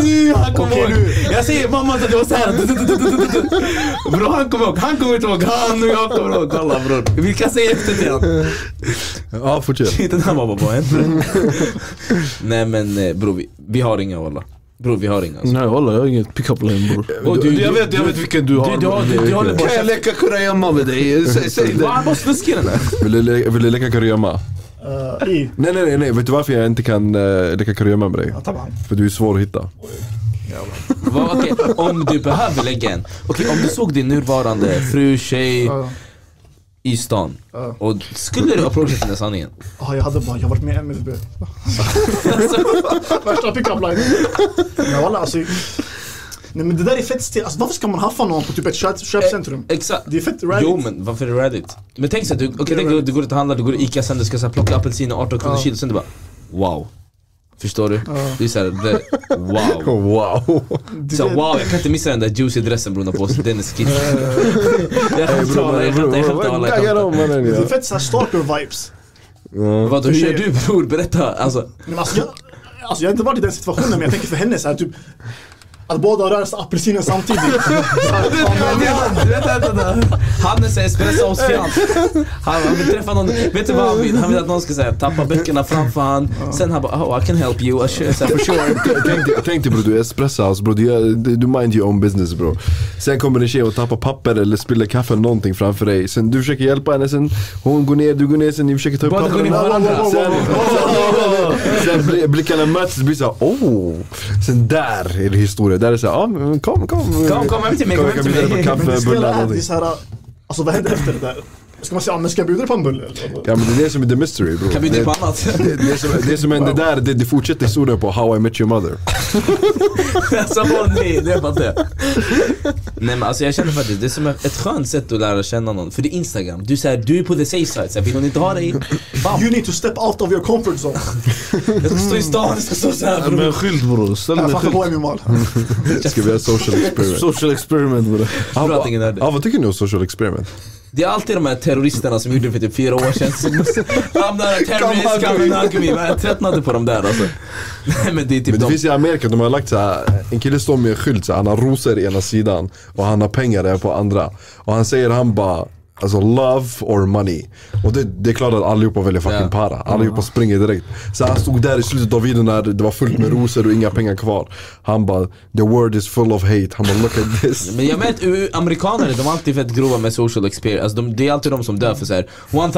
Nu han kommer ihåg! Jag säger mamma att det var såhär Bror han kommer ihåg, han kommer inte ihåg, han och jag kommer ihåg, kolla bror Vi kan säga efter det han
Ja, fortsätt.
Inte när man bara, vad hände? Nej men eh, bror vi, vi har inga walla Bror vi har inga alltså.
Nej walla, jag har inget pickup line bror.
Och du-
jag
du-
vet, jag vet vilken du har.
du har- du- du håller på-
kan jag leka kurragömma med dig? Säg, säg
Va,
det.
Han bara snuskig den här
Vill du, le- vill du leka kurragömma?
Eh, I...
Nej, nej, nej, nej. Vet du varför jag inte kan uh, leka kurragömma med dig?
Ja, taban.
För du är svår att hitta.
Va, okej, Om du behöver lägga en Okej om du såg din nuvarande fru, tjej
Ja.
i stan
Ja.
och skulle du approacha den här sanningen?
Ja, Ah, jag hade bara, jag har varit med i MFB. Värsta pickup line. Men walla alltså. Nej men det där är fett stelt. Alltså varför ska man haffa någon på typ ett köp- köpcentrum?
Eh,
Exakt.
Det är fett Reddit.
Jo men varför är det Reddit? Men tänk så att du, okay, tänk, du, du går ut och handlar, du går i Ica sen du ska så här, plocka apelsiner 18 kronor kilo, sen du bara Wow Förstår du? Det är såhär, wow
Wow.
så, här, Wow jag kan inte missa den där juicy dressen bror, den har på sig, den är skiss Jag skämtar
Eh. Bror,
walla, jag
bror,
skämtar, jag
vad
skämtar walla, jag
gaggar
skämtar
de, mannen,
Det
ja.
är fett såhär stalker-vibes.
Vadå hur gör du bror? Berätta, alltså
Nej, Men alltså, jag, alltså jag har inte varit i den situationen men jag tänker för henne såhär typ Att båda rör sig apelsinen samtidigt.
Vänta, vänta, vänta. Han är såhär espressoaspiant. Han, han vill träffa någon, vet du vad han vill? Han vill att någon ska säga tappa böckerna framför han. Sen han bara oh I can help you, I should, så här, for sure.
Tänk dig- Tänk dig bror, du är espresshaus bror, du, gör- du du mind your own business bror. Sen kommer en tjej och tappar papper eller spiller kaffe eller någonting framför dig. Sen du försöker hjälpa henne, sen hon går ner, du går ner, sen ni försöker ta upp
Båda går
pappren.
in på varandra.
Sen, sen, sen bli- blickarna möts, det blir såhär oh. Sen där är det historia, där är det såhär ah, men kom kom.
Kom, kom hem till mig, kom hem
jag
till
kan bjuda dig på
mig.
Men det
Kaffe,
stela
bullar,
är, det är
någonting.
så här, alltså vad händer efter det där? Ska man säga, ah, men ska jag bjuda dig på en bulle? eller?
Ja men det är det som är the mystery bror.
Kan
Det-
bjuda på annat.
det, det, som, det som hände där, det, det fortsätter historien på How I Met Your Mother.
Alltså åh nej, det fattar jag. Nej men alltså jag känner faktiskt, det är som ett skönt sätt att lära känna någon. För det är Instagram, du säger du är på the safe side, så här, vill hon inte ha dig? Bam!
You need to step out of your comfort zone.
Jag ska stå i stan, jag ska stå såhär
Med
bror.
en skylt bror, ställ
Jag
dig en
typ.
fattar
skylt.
på Emil
Mm, Ska vi göra social experiment?
Social experiment bror.
Ah,
Bra att ingen hörde.
ah, vad tycker ni om social experiment?
Det är alltid de här terroristerna som gjorde det för typ fyra år sedan som I'm not a terrorist,
Come
come and hug me. Men Jag tröttnade på dem där alltså. Nej men det är typ
Men det
de.
finns i Amerika, de har lagt så här, en kille står med en skylt, så här, han har rosor i ena sidan och han har pengar där på andra. Och han säger han bara Alltså love or money. Och det, det är klart att allihopa väljer fucking
Ja. Mm.
para. Allihopa springer direkt. Så han stod där i slutet av videon när det var fullt med rosor och inga pengar kvar. Han bara the world is full of hate. Han bara look at this.
Men jag vet u- amerikaner, de är alltid fett grova med social experience. Alltså de, det är alltid de som dör för såhär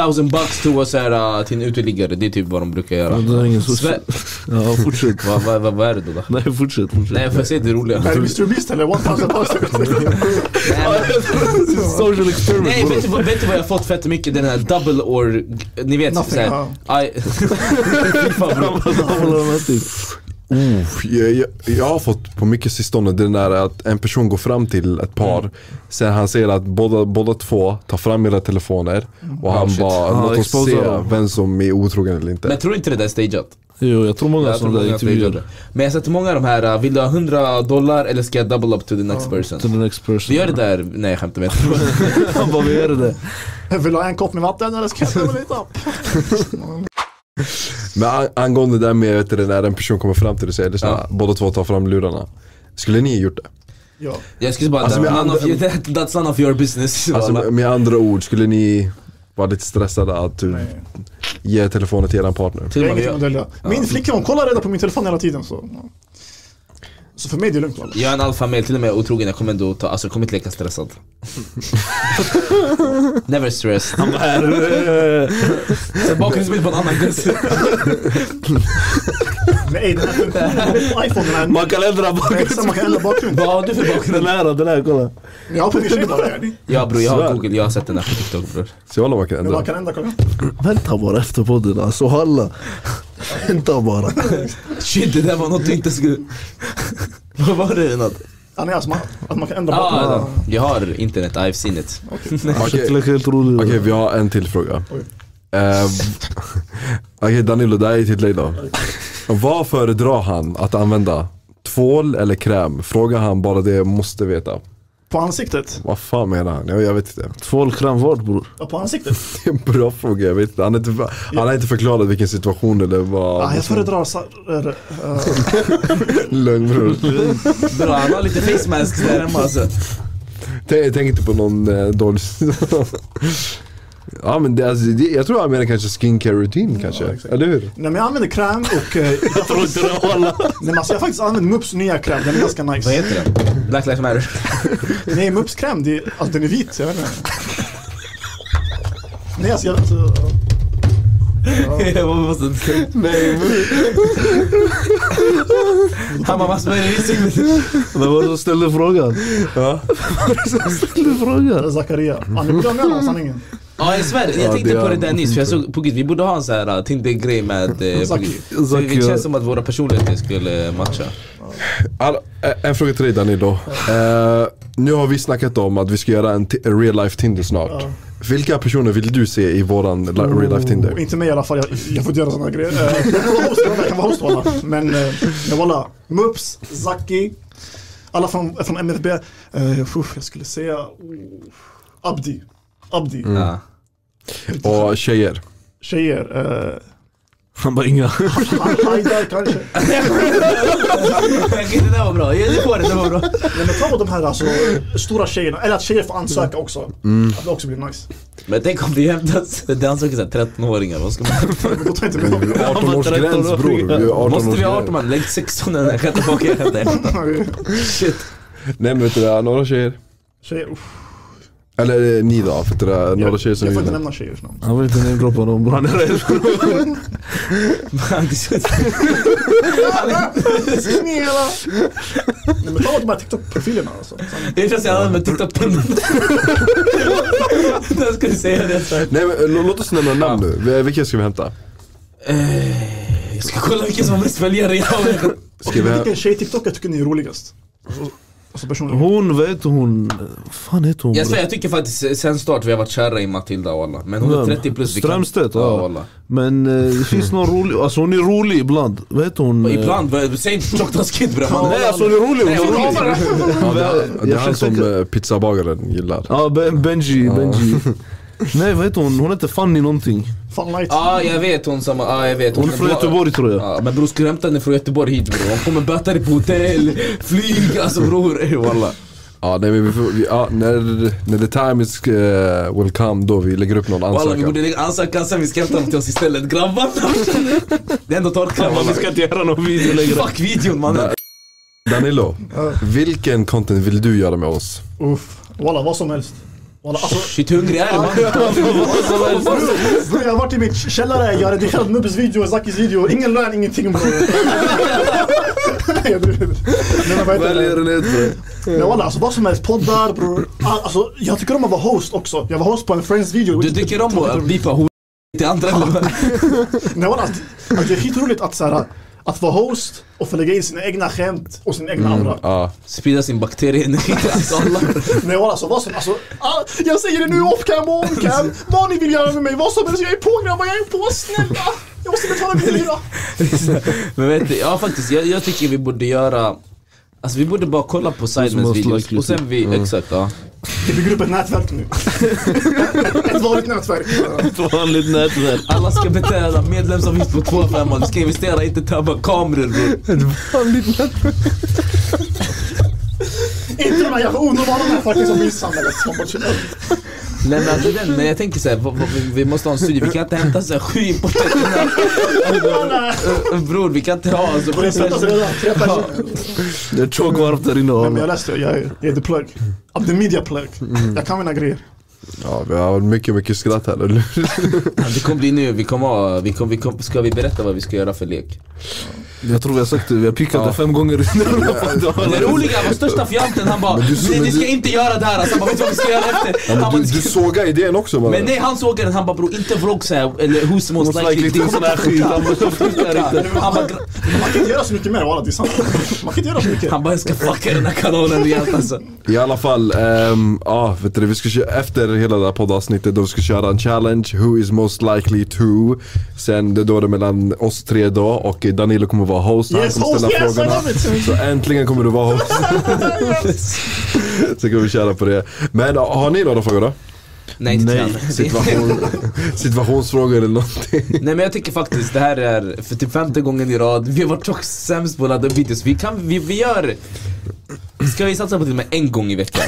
1000 bucks to a, så här, uh, till en uteliggare. Det är typ vad de brukar göra.
Det är ingen social...
Sve-
Ja fortsätt.
Vad va, va, vad är det då? då?
Nej fortsätt, fortsätt.
Nej får jag se det roliga?
typ.
Är det Mr Beast eller 1000
Nej, men-
Social experiment
Nej, vet du,
bror.
vad- vet du vad jag har fått fett mycket? Den här double or... Ni vet
Nothing,
såhär... I, Fy fan, bror.
Uff, jag, jag, jag har fått på mycket sistone den där att en person går fram till ett par Sen han säger att båda, båda två tar fram era telefoner Och han
shit.
bara
Ja,
låt oss
exposar
se
dem.
vem som är otrogen eller inte
Men jag tror inte det där är stageat.
Jo jag tror många
Jag tror
sådana där
många stageat.
intervjuer.
Men jag har sett många av de här, uh, vill du ha 100 dollar eller ska jag double up to the next person?
To the next person.
Vi gör det där, nej jag skämtar med
Han bara vi gör det där.
Vill du ha en kopp med vatten eller ska jag ta lite upp?
Men an, angående det där med vet du, när en person kommer fram till dig och säger lyssna
Ja.
båda två tar fram lurarna Skulle ni gjort det?
Ja.
Jag skulle bara,
Alltså,
that,
men
none
andra-
of you, that, that's none of your business.
Alltså med, med andra ord, skulle ni vara lite stressade att du ge telefonen till eran partner?
Till
Jag har
och med-
ingenting att dölja. Min flickvän hon kollar redan på min telefon hela tiden så. Så för mig är det lugnt walla.
jag är en alfamil, till och med otrogen, jag kommer ändå ta, alltså jag kommer inte leka stressad. Never stressed.
Han bara "Herre."
Så Bakgrundsbild på en annan gubbe.
Men ey den här funktionen på iPhone den här.
Man kan ändra bakåt.
Man kan ändra bakgrund.
Vad har du för bakgrund?
Den här, den här kolla.
Jag har på min tjej bara yani.
Ja bror, jag
Svär.
har google, jag har sett den där på TikTok bror.
Så jag håller man kan
Men
ändra.
man kan ändra kolla.
Vänta bara efter podden alltså halla. Vänta bara.
Shit det där var något du inte skulle... Vad var det Renat?
Ja, nej, alltså man, att man kan ändra
Ah,
bakgrund.
ja. Jag har internet, I've seen it.
Okej.
Det lät helt roligt.
Okej, vi har en till fråga.
Oj.
Eh, Okej Danilo, det här är till dig då. Vad föredrar han att använda? Tvål eller kräm? Frågar han bara det jag måste veta.
På ansiktet.
Vad fan menar han? Jag, jag vet inte.
Tvål kram vart bror?
Ja, på ansiktet.
Det är en bra fråga, jag vet inte. Han har inte, han har inte förklarat vilken situation eller vad.
Ah, jag föredrar så, här, eh,
Lugn bror.
Bror han har lite face mask där hemma alltså.
Tänk, tänk inte på någon eh, dålig Ja men det, alltså, det, jag tror han menar kanske skincare routine kanske. eller hur?
nej, men jag använder kräm och... eh, jag, tror inte det nej, men alltså, jag har faktiskt använt Mups nya kräm, den är ganska
Vad
nice.
heter den? Black Lives Matter.
Nej, Mups kräm, det, är- alltså, den är vit, jag vet inte. Nej alltså, jag, alltså
Vad måste inte säga.
Nej,
Han bara massor med rising.
Vem var det som ställde frågan?
ja.
Ställde frågan?
Eh, Zakaria. Han är bra med honom, sanningen.
Ja jag svär,
Ja,
jag tänkte
det
på
är-
det där nyss för jag såg på Gud, vi borde ha en sån här uh, Tinder-grej med eh, på
Zaki.
Gud. Så
Zaki,
Det
ja.
känns som att våra personligheter skulle matcha.
Alla, ä- en fråga till dig Danilo. Eh, nu har vi snackat om att vi ska göra en, ti- en real life Tinder snart. Vilka personer vill du se i våran li- real life
Och
Tinder?
inte mig i alla fall, jag, jag får inte göra sådana grejer. Eh, Jag kan vara host, jag kan vara host walla. Men eh, men walla, Mups, Zaki, alla från, från MFB. Eh, uff, jag skulle säga oh, Abdi.
Mm.
Abdi.
Ja.
Och tjejer.
Tjejer. Eh,
Han bara inga.
Hajdar kanske.
det där var bra, det var det, det var bra.
Nej men ta de här alltså, stora tjejerna, eller att tjejer får
Mm.
ansöka också. Det också blir nice.
Men tänk om det hämtas, det ansöker såhär 13-åringar, vad ska man
Men då tar jag inte med dem.
18-årsgräns Mm, bror. Vi har 18
Måste vi ha 18 man? Lägg 16 den här, kan inte åka hem där. Shit.
Nej men vet du det, några tjejer.
Tjejer, uff.
Eller eh, ni då, för det är några
Jag,
tjejer
jag
som
får inte
vill.
nämna tjejers namn.
Han vill inte namedroppa dem bror. Han är rädd.
Man, det är
Snälla! Nej men ta de här TikTok-profilerna alltså.
Det känns jag hade med TikTok-pinnen. Jag skulle säga det. så här.
Nej men eh, lå- låt oss nämna namn nu. Vi- Vilka ska vi hämta?
Jag ska kolla vilken som har mest följare. Jag har-
Ska
Okej,
vi
men
ha...
vilken tjej-TikToker tycker ni är roligast? Alltså, alltså personligen.
Hon, vad heter hon? Vad fan heter hon?
Jag,
bror?
säger, jag tycker faktiskt eh, sen start vi har varit kära i Matilda och alla. Men hon är
Vem?
30 plus. vi kan-
Strömstedt, ja.
ja. Alla.
Men eh, det finns någon rolig, alltså hon är rolig ibland. Vad heter hon? eh,
Och Ibland, vad- säg inte tjockdanskid bre mannen.
Nej alltså hon är rolig, hon
Nej,
är
hon
rolig.
Ja, det är, det är
Jag
han
försöker-
som eh, pizzabagaren gillar.
Ja ben, Benji, Benji. Nej vad heter hon? Hon heter Fanny någonting.
Fan light.
Ja jag vet hon som, ja jag vet.
Hon är från Göteborg tror jag.
Ja, men bror ska du hämta henne från Göteborg hit bror? Hon kommer böta dig på hotell, flyg, alltså bror. eh, Walla.
Ja, nej, men vi får, vi, ja, när, när the time is eh, will come då vi lägger upp någon
Walla vi
ansökan.
borde lägga ansökan sen vi ska hämta dem till oss istället. Grabbar! Det är ändå torkat
Man,
walla.
vi ska inte göra någon video längre.
Fuck videon mannen.
Danilo, vilken content vill du göra med oss?
Uff. Walla, vad som helst. Walla, alltså.
Shit hungrig är du mannen.
Bror jag har varit i min källare, jag har redigerat Nubbes video, Zakis video, ingen lön, ingenting bror. Nej bror. Nej, men vad heter det?
en ett
Men walla alltså vad som helst, poddar bror. All- Alltså jag tycker om att vara host också. Jag var host på en Friends video.
Du tycker om att beepa hor till andra
Nej walla, att, att det är skitroligt att såhär, att vara host och få lägga in sina egna skämt och sin egna aura.
Ja,
Sprida sin bakterieenergi till oss alla.
Nej walla alltså vad som, alltså. ah, Jag säger det nu off cam och on cam. Vad ni vill göra med mig, vad som helst. Jag är på grabbar, jag är på, snälla. Jag måste betala min hyra.
Men vet du, ja faktiskt, jag, jag tycker vi borde göra Alltså vi borde bara kolla på Sidemans
most
videos
likely
och sen vi, exakt ja
Vi bygger upp ett nätverk nu. ett vanligt nätverk.
Ett vanligt nätverk.
Alla ska betala medlemsavgift på 2,5 Du ska investera, inte tabba kameror bror
Inte de här jävla onormala nätverken som finns i samhället. Som bara,
Nej men alltså den, men jag tänker såhär, vad- vad- vi- vi måste ha en studio, vi kan inte hämta såhär sju importerade
Nej,
Bror vi kan inte ha alltså
det svettas redan. Tre personer.
Det är tråkvarv där inne.
Nej, men jag
alla.
läste, jag är, jag är the plug. Of the media plug. Jag kan mina grejer.
ja, vi har mycket, mycket skratt här. eller hur?
Det kommer bli nu, vi kommer ha, vi kommer, vi kommer, ska vi berätta vad vi ska göra för lek?
Jag tror vi har sagt det, vi har pickat det fem gånger
Det
innan.
roliga var största fjanten, han bara
du-
"Nej, ni
men du-
ska inte göra det här alltså, han bara vet du vad vi ska göra efter?
Ja,
Han bara,
men
"Ni
du,
ska
du sågar idén också mannen.
Men nej han såg den, han bara bror inte vlogg såhär, eller who's most
Most likely
likely
till
to
sån här skit. Han bara, funkar inte.
Han bara, gra-
Man kan inte göra så mycket mer walla, det är sant. Man kan inte göra så mycket.
han bara jag ska fucka den här kanalen rejält alltså.
I alla fall, ehm, ja vet du det, vi ska köra, efter hela det här poddavsnittet då vi ska köra en challenge, who is most likely to Sen det då är det mellan oss tre då och Danilo kommer vara host, han
Yes,
kommer ställa
host, yes, I
frågorna
love it.
Så äntligen kommer du vara host Så kommer vi köra på det Men ja, har ni några frågor då?
Nej, inte
Nej.
tränare.
Situation, situationsfrågor eller någonting?
Nej men jag tycker faktiskt det här är för typ femte gången i rad, vi har varit tjockt sämst på att ladda upp videos. Vi kan, vi, vi gör Ska vi satsa på till och med en gång i veckan?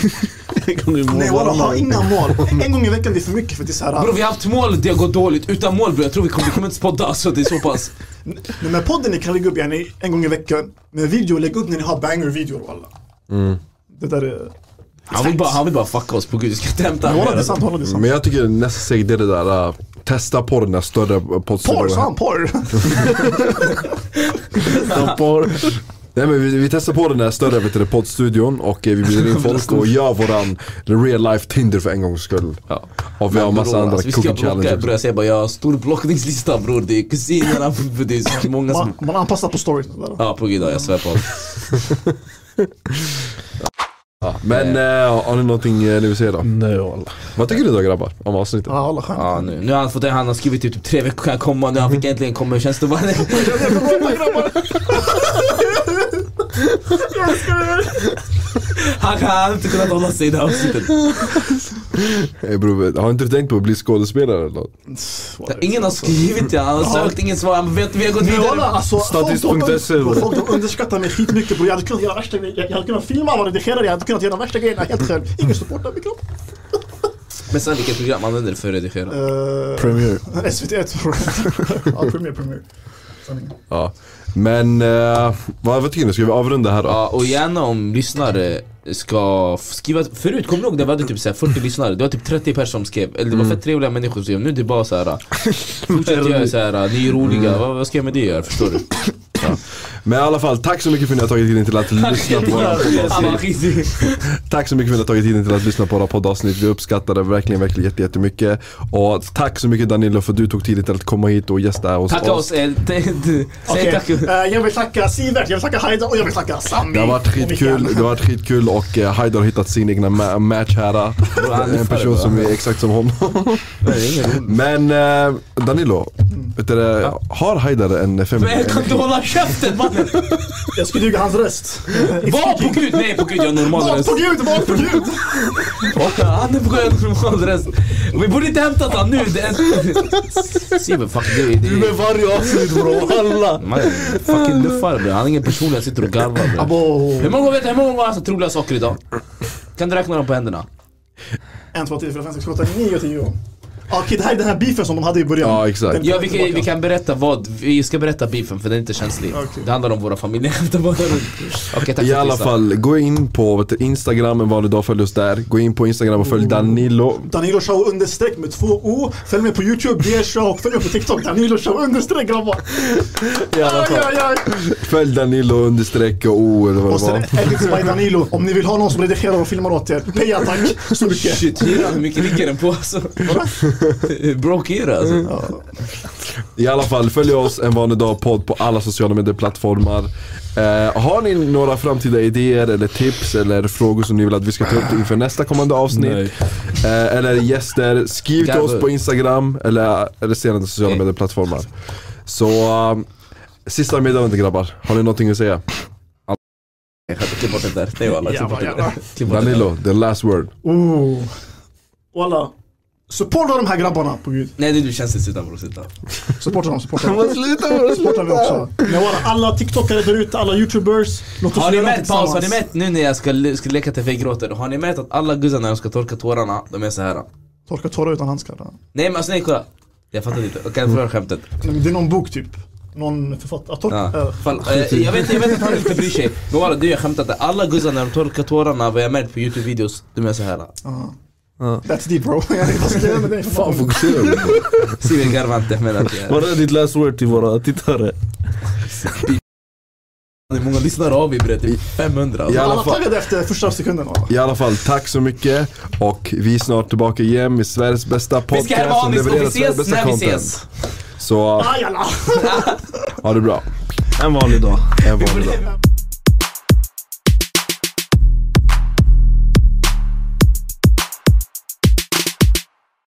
Nej walla, ha inga mål. En gång i veckan det är för mycket för det är såhär.
Bror vi har haft mål, det har gått dåligt. Utan mål bror, jag tror vi kommer, vi kommer inte podda alltså, det är så pass.
Nej men podden ni kan lägga upp yani en gång i veckan. Men video, lägg upp när ni har banger-videor walla.
Mm.
Det där är...
Han vill bara, han vill bara fucka oss på gud, vi ska inte hämta
Men
honom.
walla det är sant, walla det är sant.
Men jag tycker nästa steg det är det där, äh, testa på den där större
Porr,
poddstudion
sa han porr?
Nej men vi, vi testar på den där större vet du, poddstudion och eh, vi bjuder in folk och gör våran real life Tinder för en gångs skull.
Ja.
Och vi har massa
Bror,
andra
alltså, vi ska
cooking
blocka
challenges.
bror, jag säger bara jag har stor blockningslista bror, det är kusinerna, för det är så många som...
Man, man anpassar på stories. Där.
Ja på gud ja, jag svär på allt.
Men eh, har ni någonting eh, ni vill säga då?
Nej walla.
Vad tycker ni då grabbar om avsnittet?
Ja, alla skönt.
Ja, nu. nu har han fått det han har skrivit typ, typ tre veckor kan jag komma, nu han fick äntligen komma, hur känns det? Bara, Han kan- han har inte kunnat hålla sig i det här avsnittet.
Hey, Eh, bror, har inte du tänkt på att bli skådespelare eller något?
Ingen har skrivit ja, han har sökt, ingen svar. Han vet vi har gått
Men walla
vidare.
alltså, folk, de,
Statist.se,
de,
bro.
folk de underskattar mig skitmycket bror. Jag hade kunnat göra värsta grejer. Jag, jag hade kunnat filma alla och redigera det. Jag hade kunnat göra de värsta grejerna helt själv. Ingen supportar min kropp.
Men sen vilket program använder du för att redigera?
Uh,
Premiere.
SVT1 bror. Ja, premiär, premiär. Sanningen.
Ja. Men eh, vad, vad tycker ni? Ska vi avrunda här då?
Ja, och gärna om lyssnare ska f- skriva, förut kommer du ihåg när vi hade typ så här 40 lyssnare? Det var typ 30 personer som skrev, eller det var fett trevliga människor som skrev, nu är det bara såhär Fortsätt göra såhär, ni är roliga, vad, vad ska jag med det göra? Förstår du?
Men i alla fall, tack så mycket för att ni har tagit tiden till att lyssna på våra
Han var
poddavsnitt.
skitsur.
Tack så mycket för att ni har tagit tiden till att lyssna på våra poddavsnitt. Vi uppskattar det verkligen, verkligen jätte- jättemycket. Och tack så mycket Danilo för att du tog tiden till att komma hit och gästa hos
Tacka oss, eh, t- t- säg
Okej,
tack
eh, jag vill tacka Sivert, jag vill tacka Haida och jag vill tacka Sami.
Det har varit
Och
skitkul,
Mikael.
det har varit skitkul och eh, Haidar har hittat sin egna ma- match här.
han
En
är fan
person
bra.
som är exakt som honom.
Det är ingen rolig. Mm.
Men eh, Danilo, vet du, det, har Haidar en fem...
Men kan du hålla käften mannen?
Jag skulle ljuga hans röst.
Vad på gud? Nej på gud jag har normal
Vad
röst.
på gud, vad på gud!
Han är på gång att normal röst. Vi borde inte hämtat han nu. Det är... Simon fuck du. Det
Med
är...
varje avsnitt bror, alla!
Man är fucking luffare bre. Han har ingen personlighet, sitter och garvar bre.
Abo.
Hur många vet du, hur många gånger har han sagt roliga saker idag? Kan du räkna dem på händerna?
En, två, tre, fyra, fem, sex, sju, åtta, nio, tio. Ja, Okej, det här är den här beefen som de hade i början.
Ja, exakt.
Den
Ja
kommer
vi kan,
tillbaka.
vi kan berätta vad, vi ska berätta beefen för den är inte känslig.
Okej.
Det handlar om våra familjer. Okej tack för
I
att du
alla
lyssnade.
fall, gå in på vet du, Instagram en vanlig dag, följ oss där. Gå in på Instagram och följ
Mm.
Danilo.
Danilo show understreck med två o. Följ mig på youtube, det är show. Följ mig på tiktok, Danilo show understreck grabbar.
I alla
Aj,
fall,
aj, aj.
följ Danilo understreck och o eller vad
Och
det
sen
var.
edits by Danilo. Om ni vill ha någon som redigerar och filmar åt er, peja tack så mycket.
Shit, hyran, hur mycket ligger den på alltså? Broke hyra alltså.
I alla fall, följ oss en vanlig dag podd på alla sociala medieplattformar. Eh, har ni några framtida idéer eller tips eller frågor som ni vill att vi ska ta upp inför nästa kommande avsnitt? Eh, eller gäster, skriv till oss på Instagram eller resterande sociala
Okej.
medieplattformar. Så, eh, sista meddelandet grabbar. Har ni någonting att säga?
Klipp bort det där. Nej walla, klipp bort det där. Klipp bort det där.
Danilo, the last word.
Oh. Walla. Supporta de här grabbarna på gud.
Nej det är du känsligt, sluta bror, sluta.
Supporta dem, supporta dem. Supporta vi också. Men walla, alla tiktokare där ute, alla youtubers. Låt oss
Har ni
göra
märkt, paus, har ni
tillsammans.
märkt nu när jag ska, ska leka till fake gråter, har ni märkt att alla guzzar när de ska torka tårarna, de är så här.
Torka tårar utan handskar. ja.
Nej men alltså nej kolla. Jag fattar inte, kan jag få höra skämtet?
Nej, men Det är någon bok typ. Någon författare.
Ja.
Torka. eh,
Fall, eh, jag, vet, jag vet att han inte bryr sig, men walla du jag skämtade. Alla guzzar när de torkar tårarna, vad jag märkt på youtube-videos, de är så här.
That's deep bro. Jag vet inte vad jag ska göra med dig.
Fan fokusera bro.
Simon garvar inte men att jag...
Vad är ditt last word till våra tittare?
Hur många lyssnare har vi bre? Typ 500 alltså.
I alla
Alla
fall,
taggade efter första sekunden. va?
I alla fall, tack så mycket och vi är snart tillbaka igen med Sveriges bästa
Vi
podcast
ska härma
som
anis och vi
levererar Sveriges
ses när
bästa
vi
content.
ses!
Så
Aj, alla.
ha det bra.
En vanlig dag.
En vanlig dag.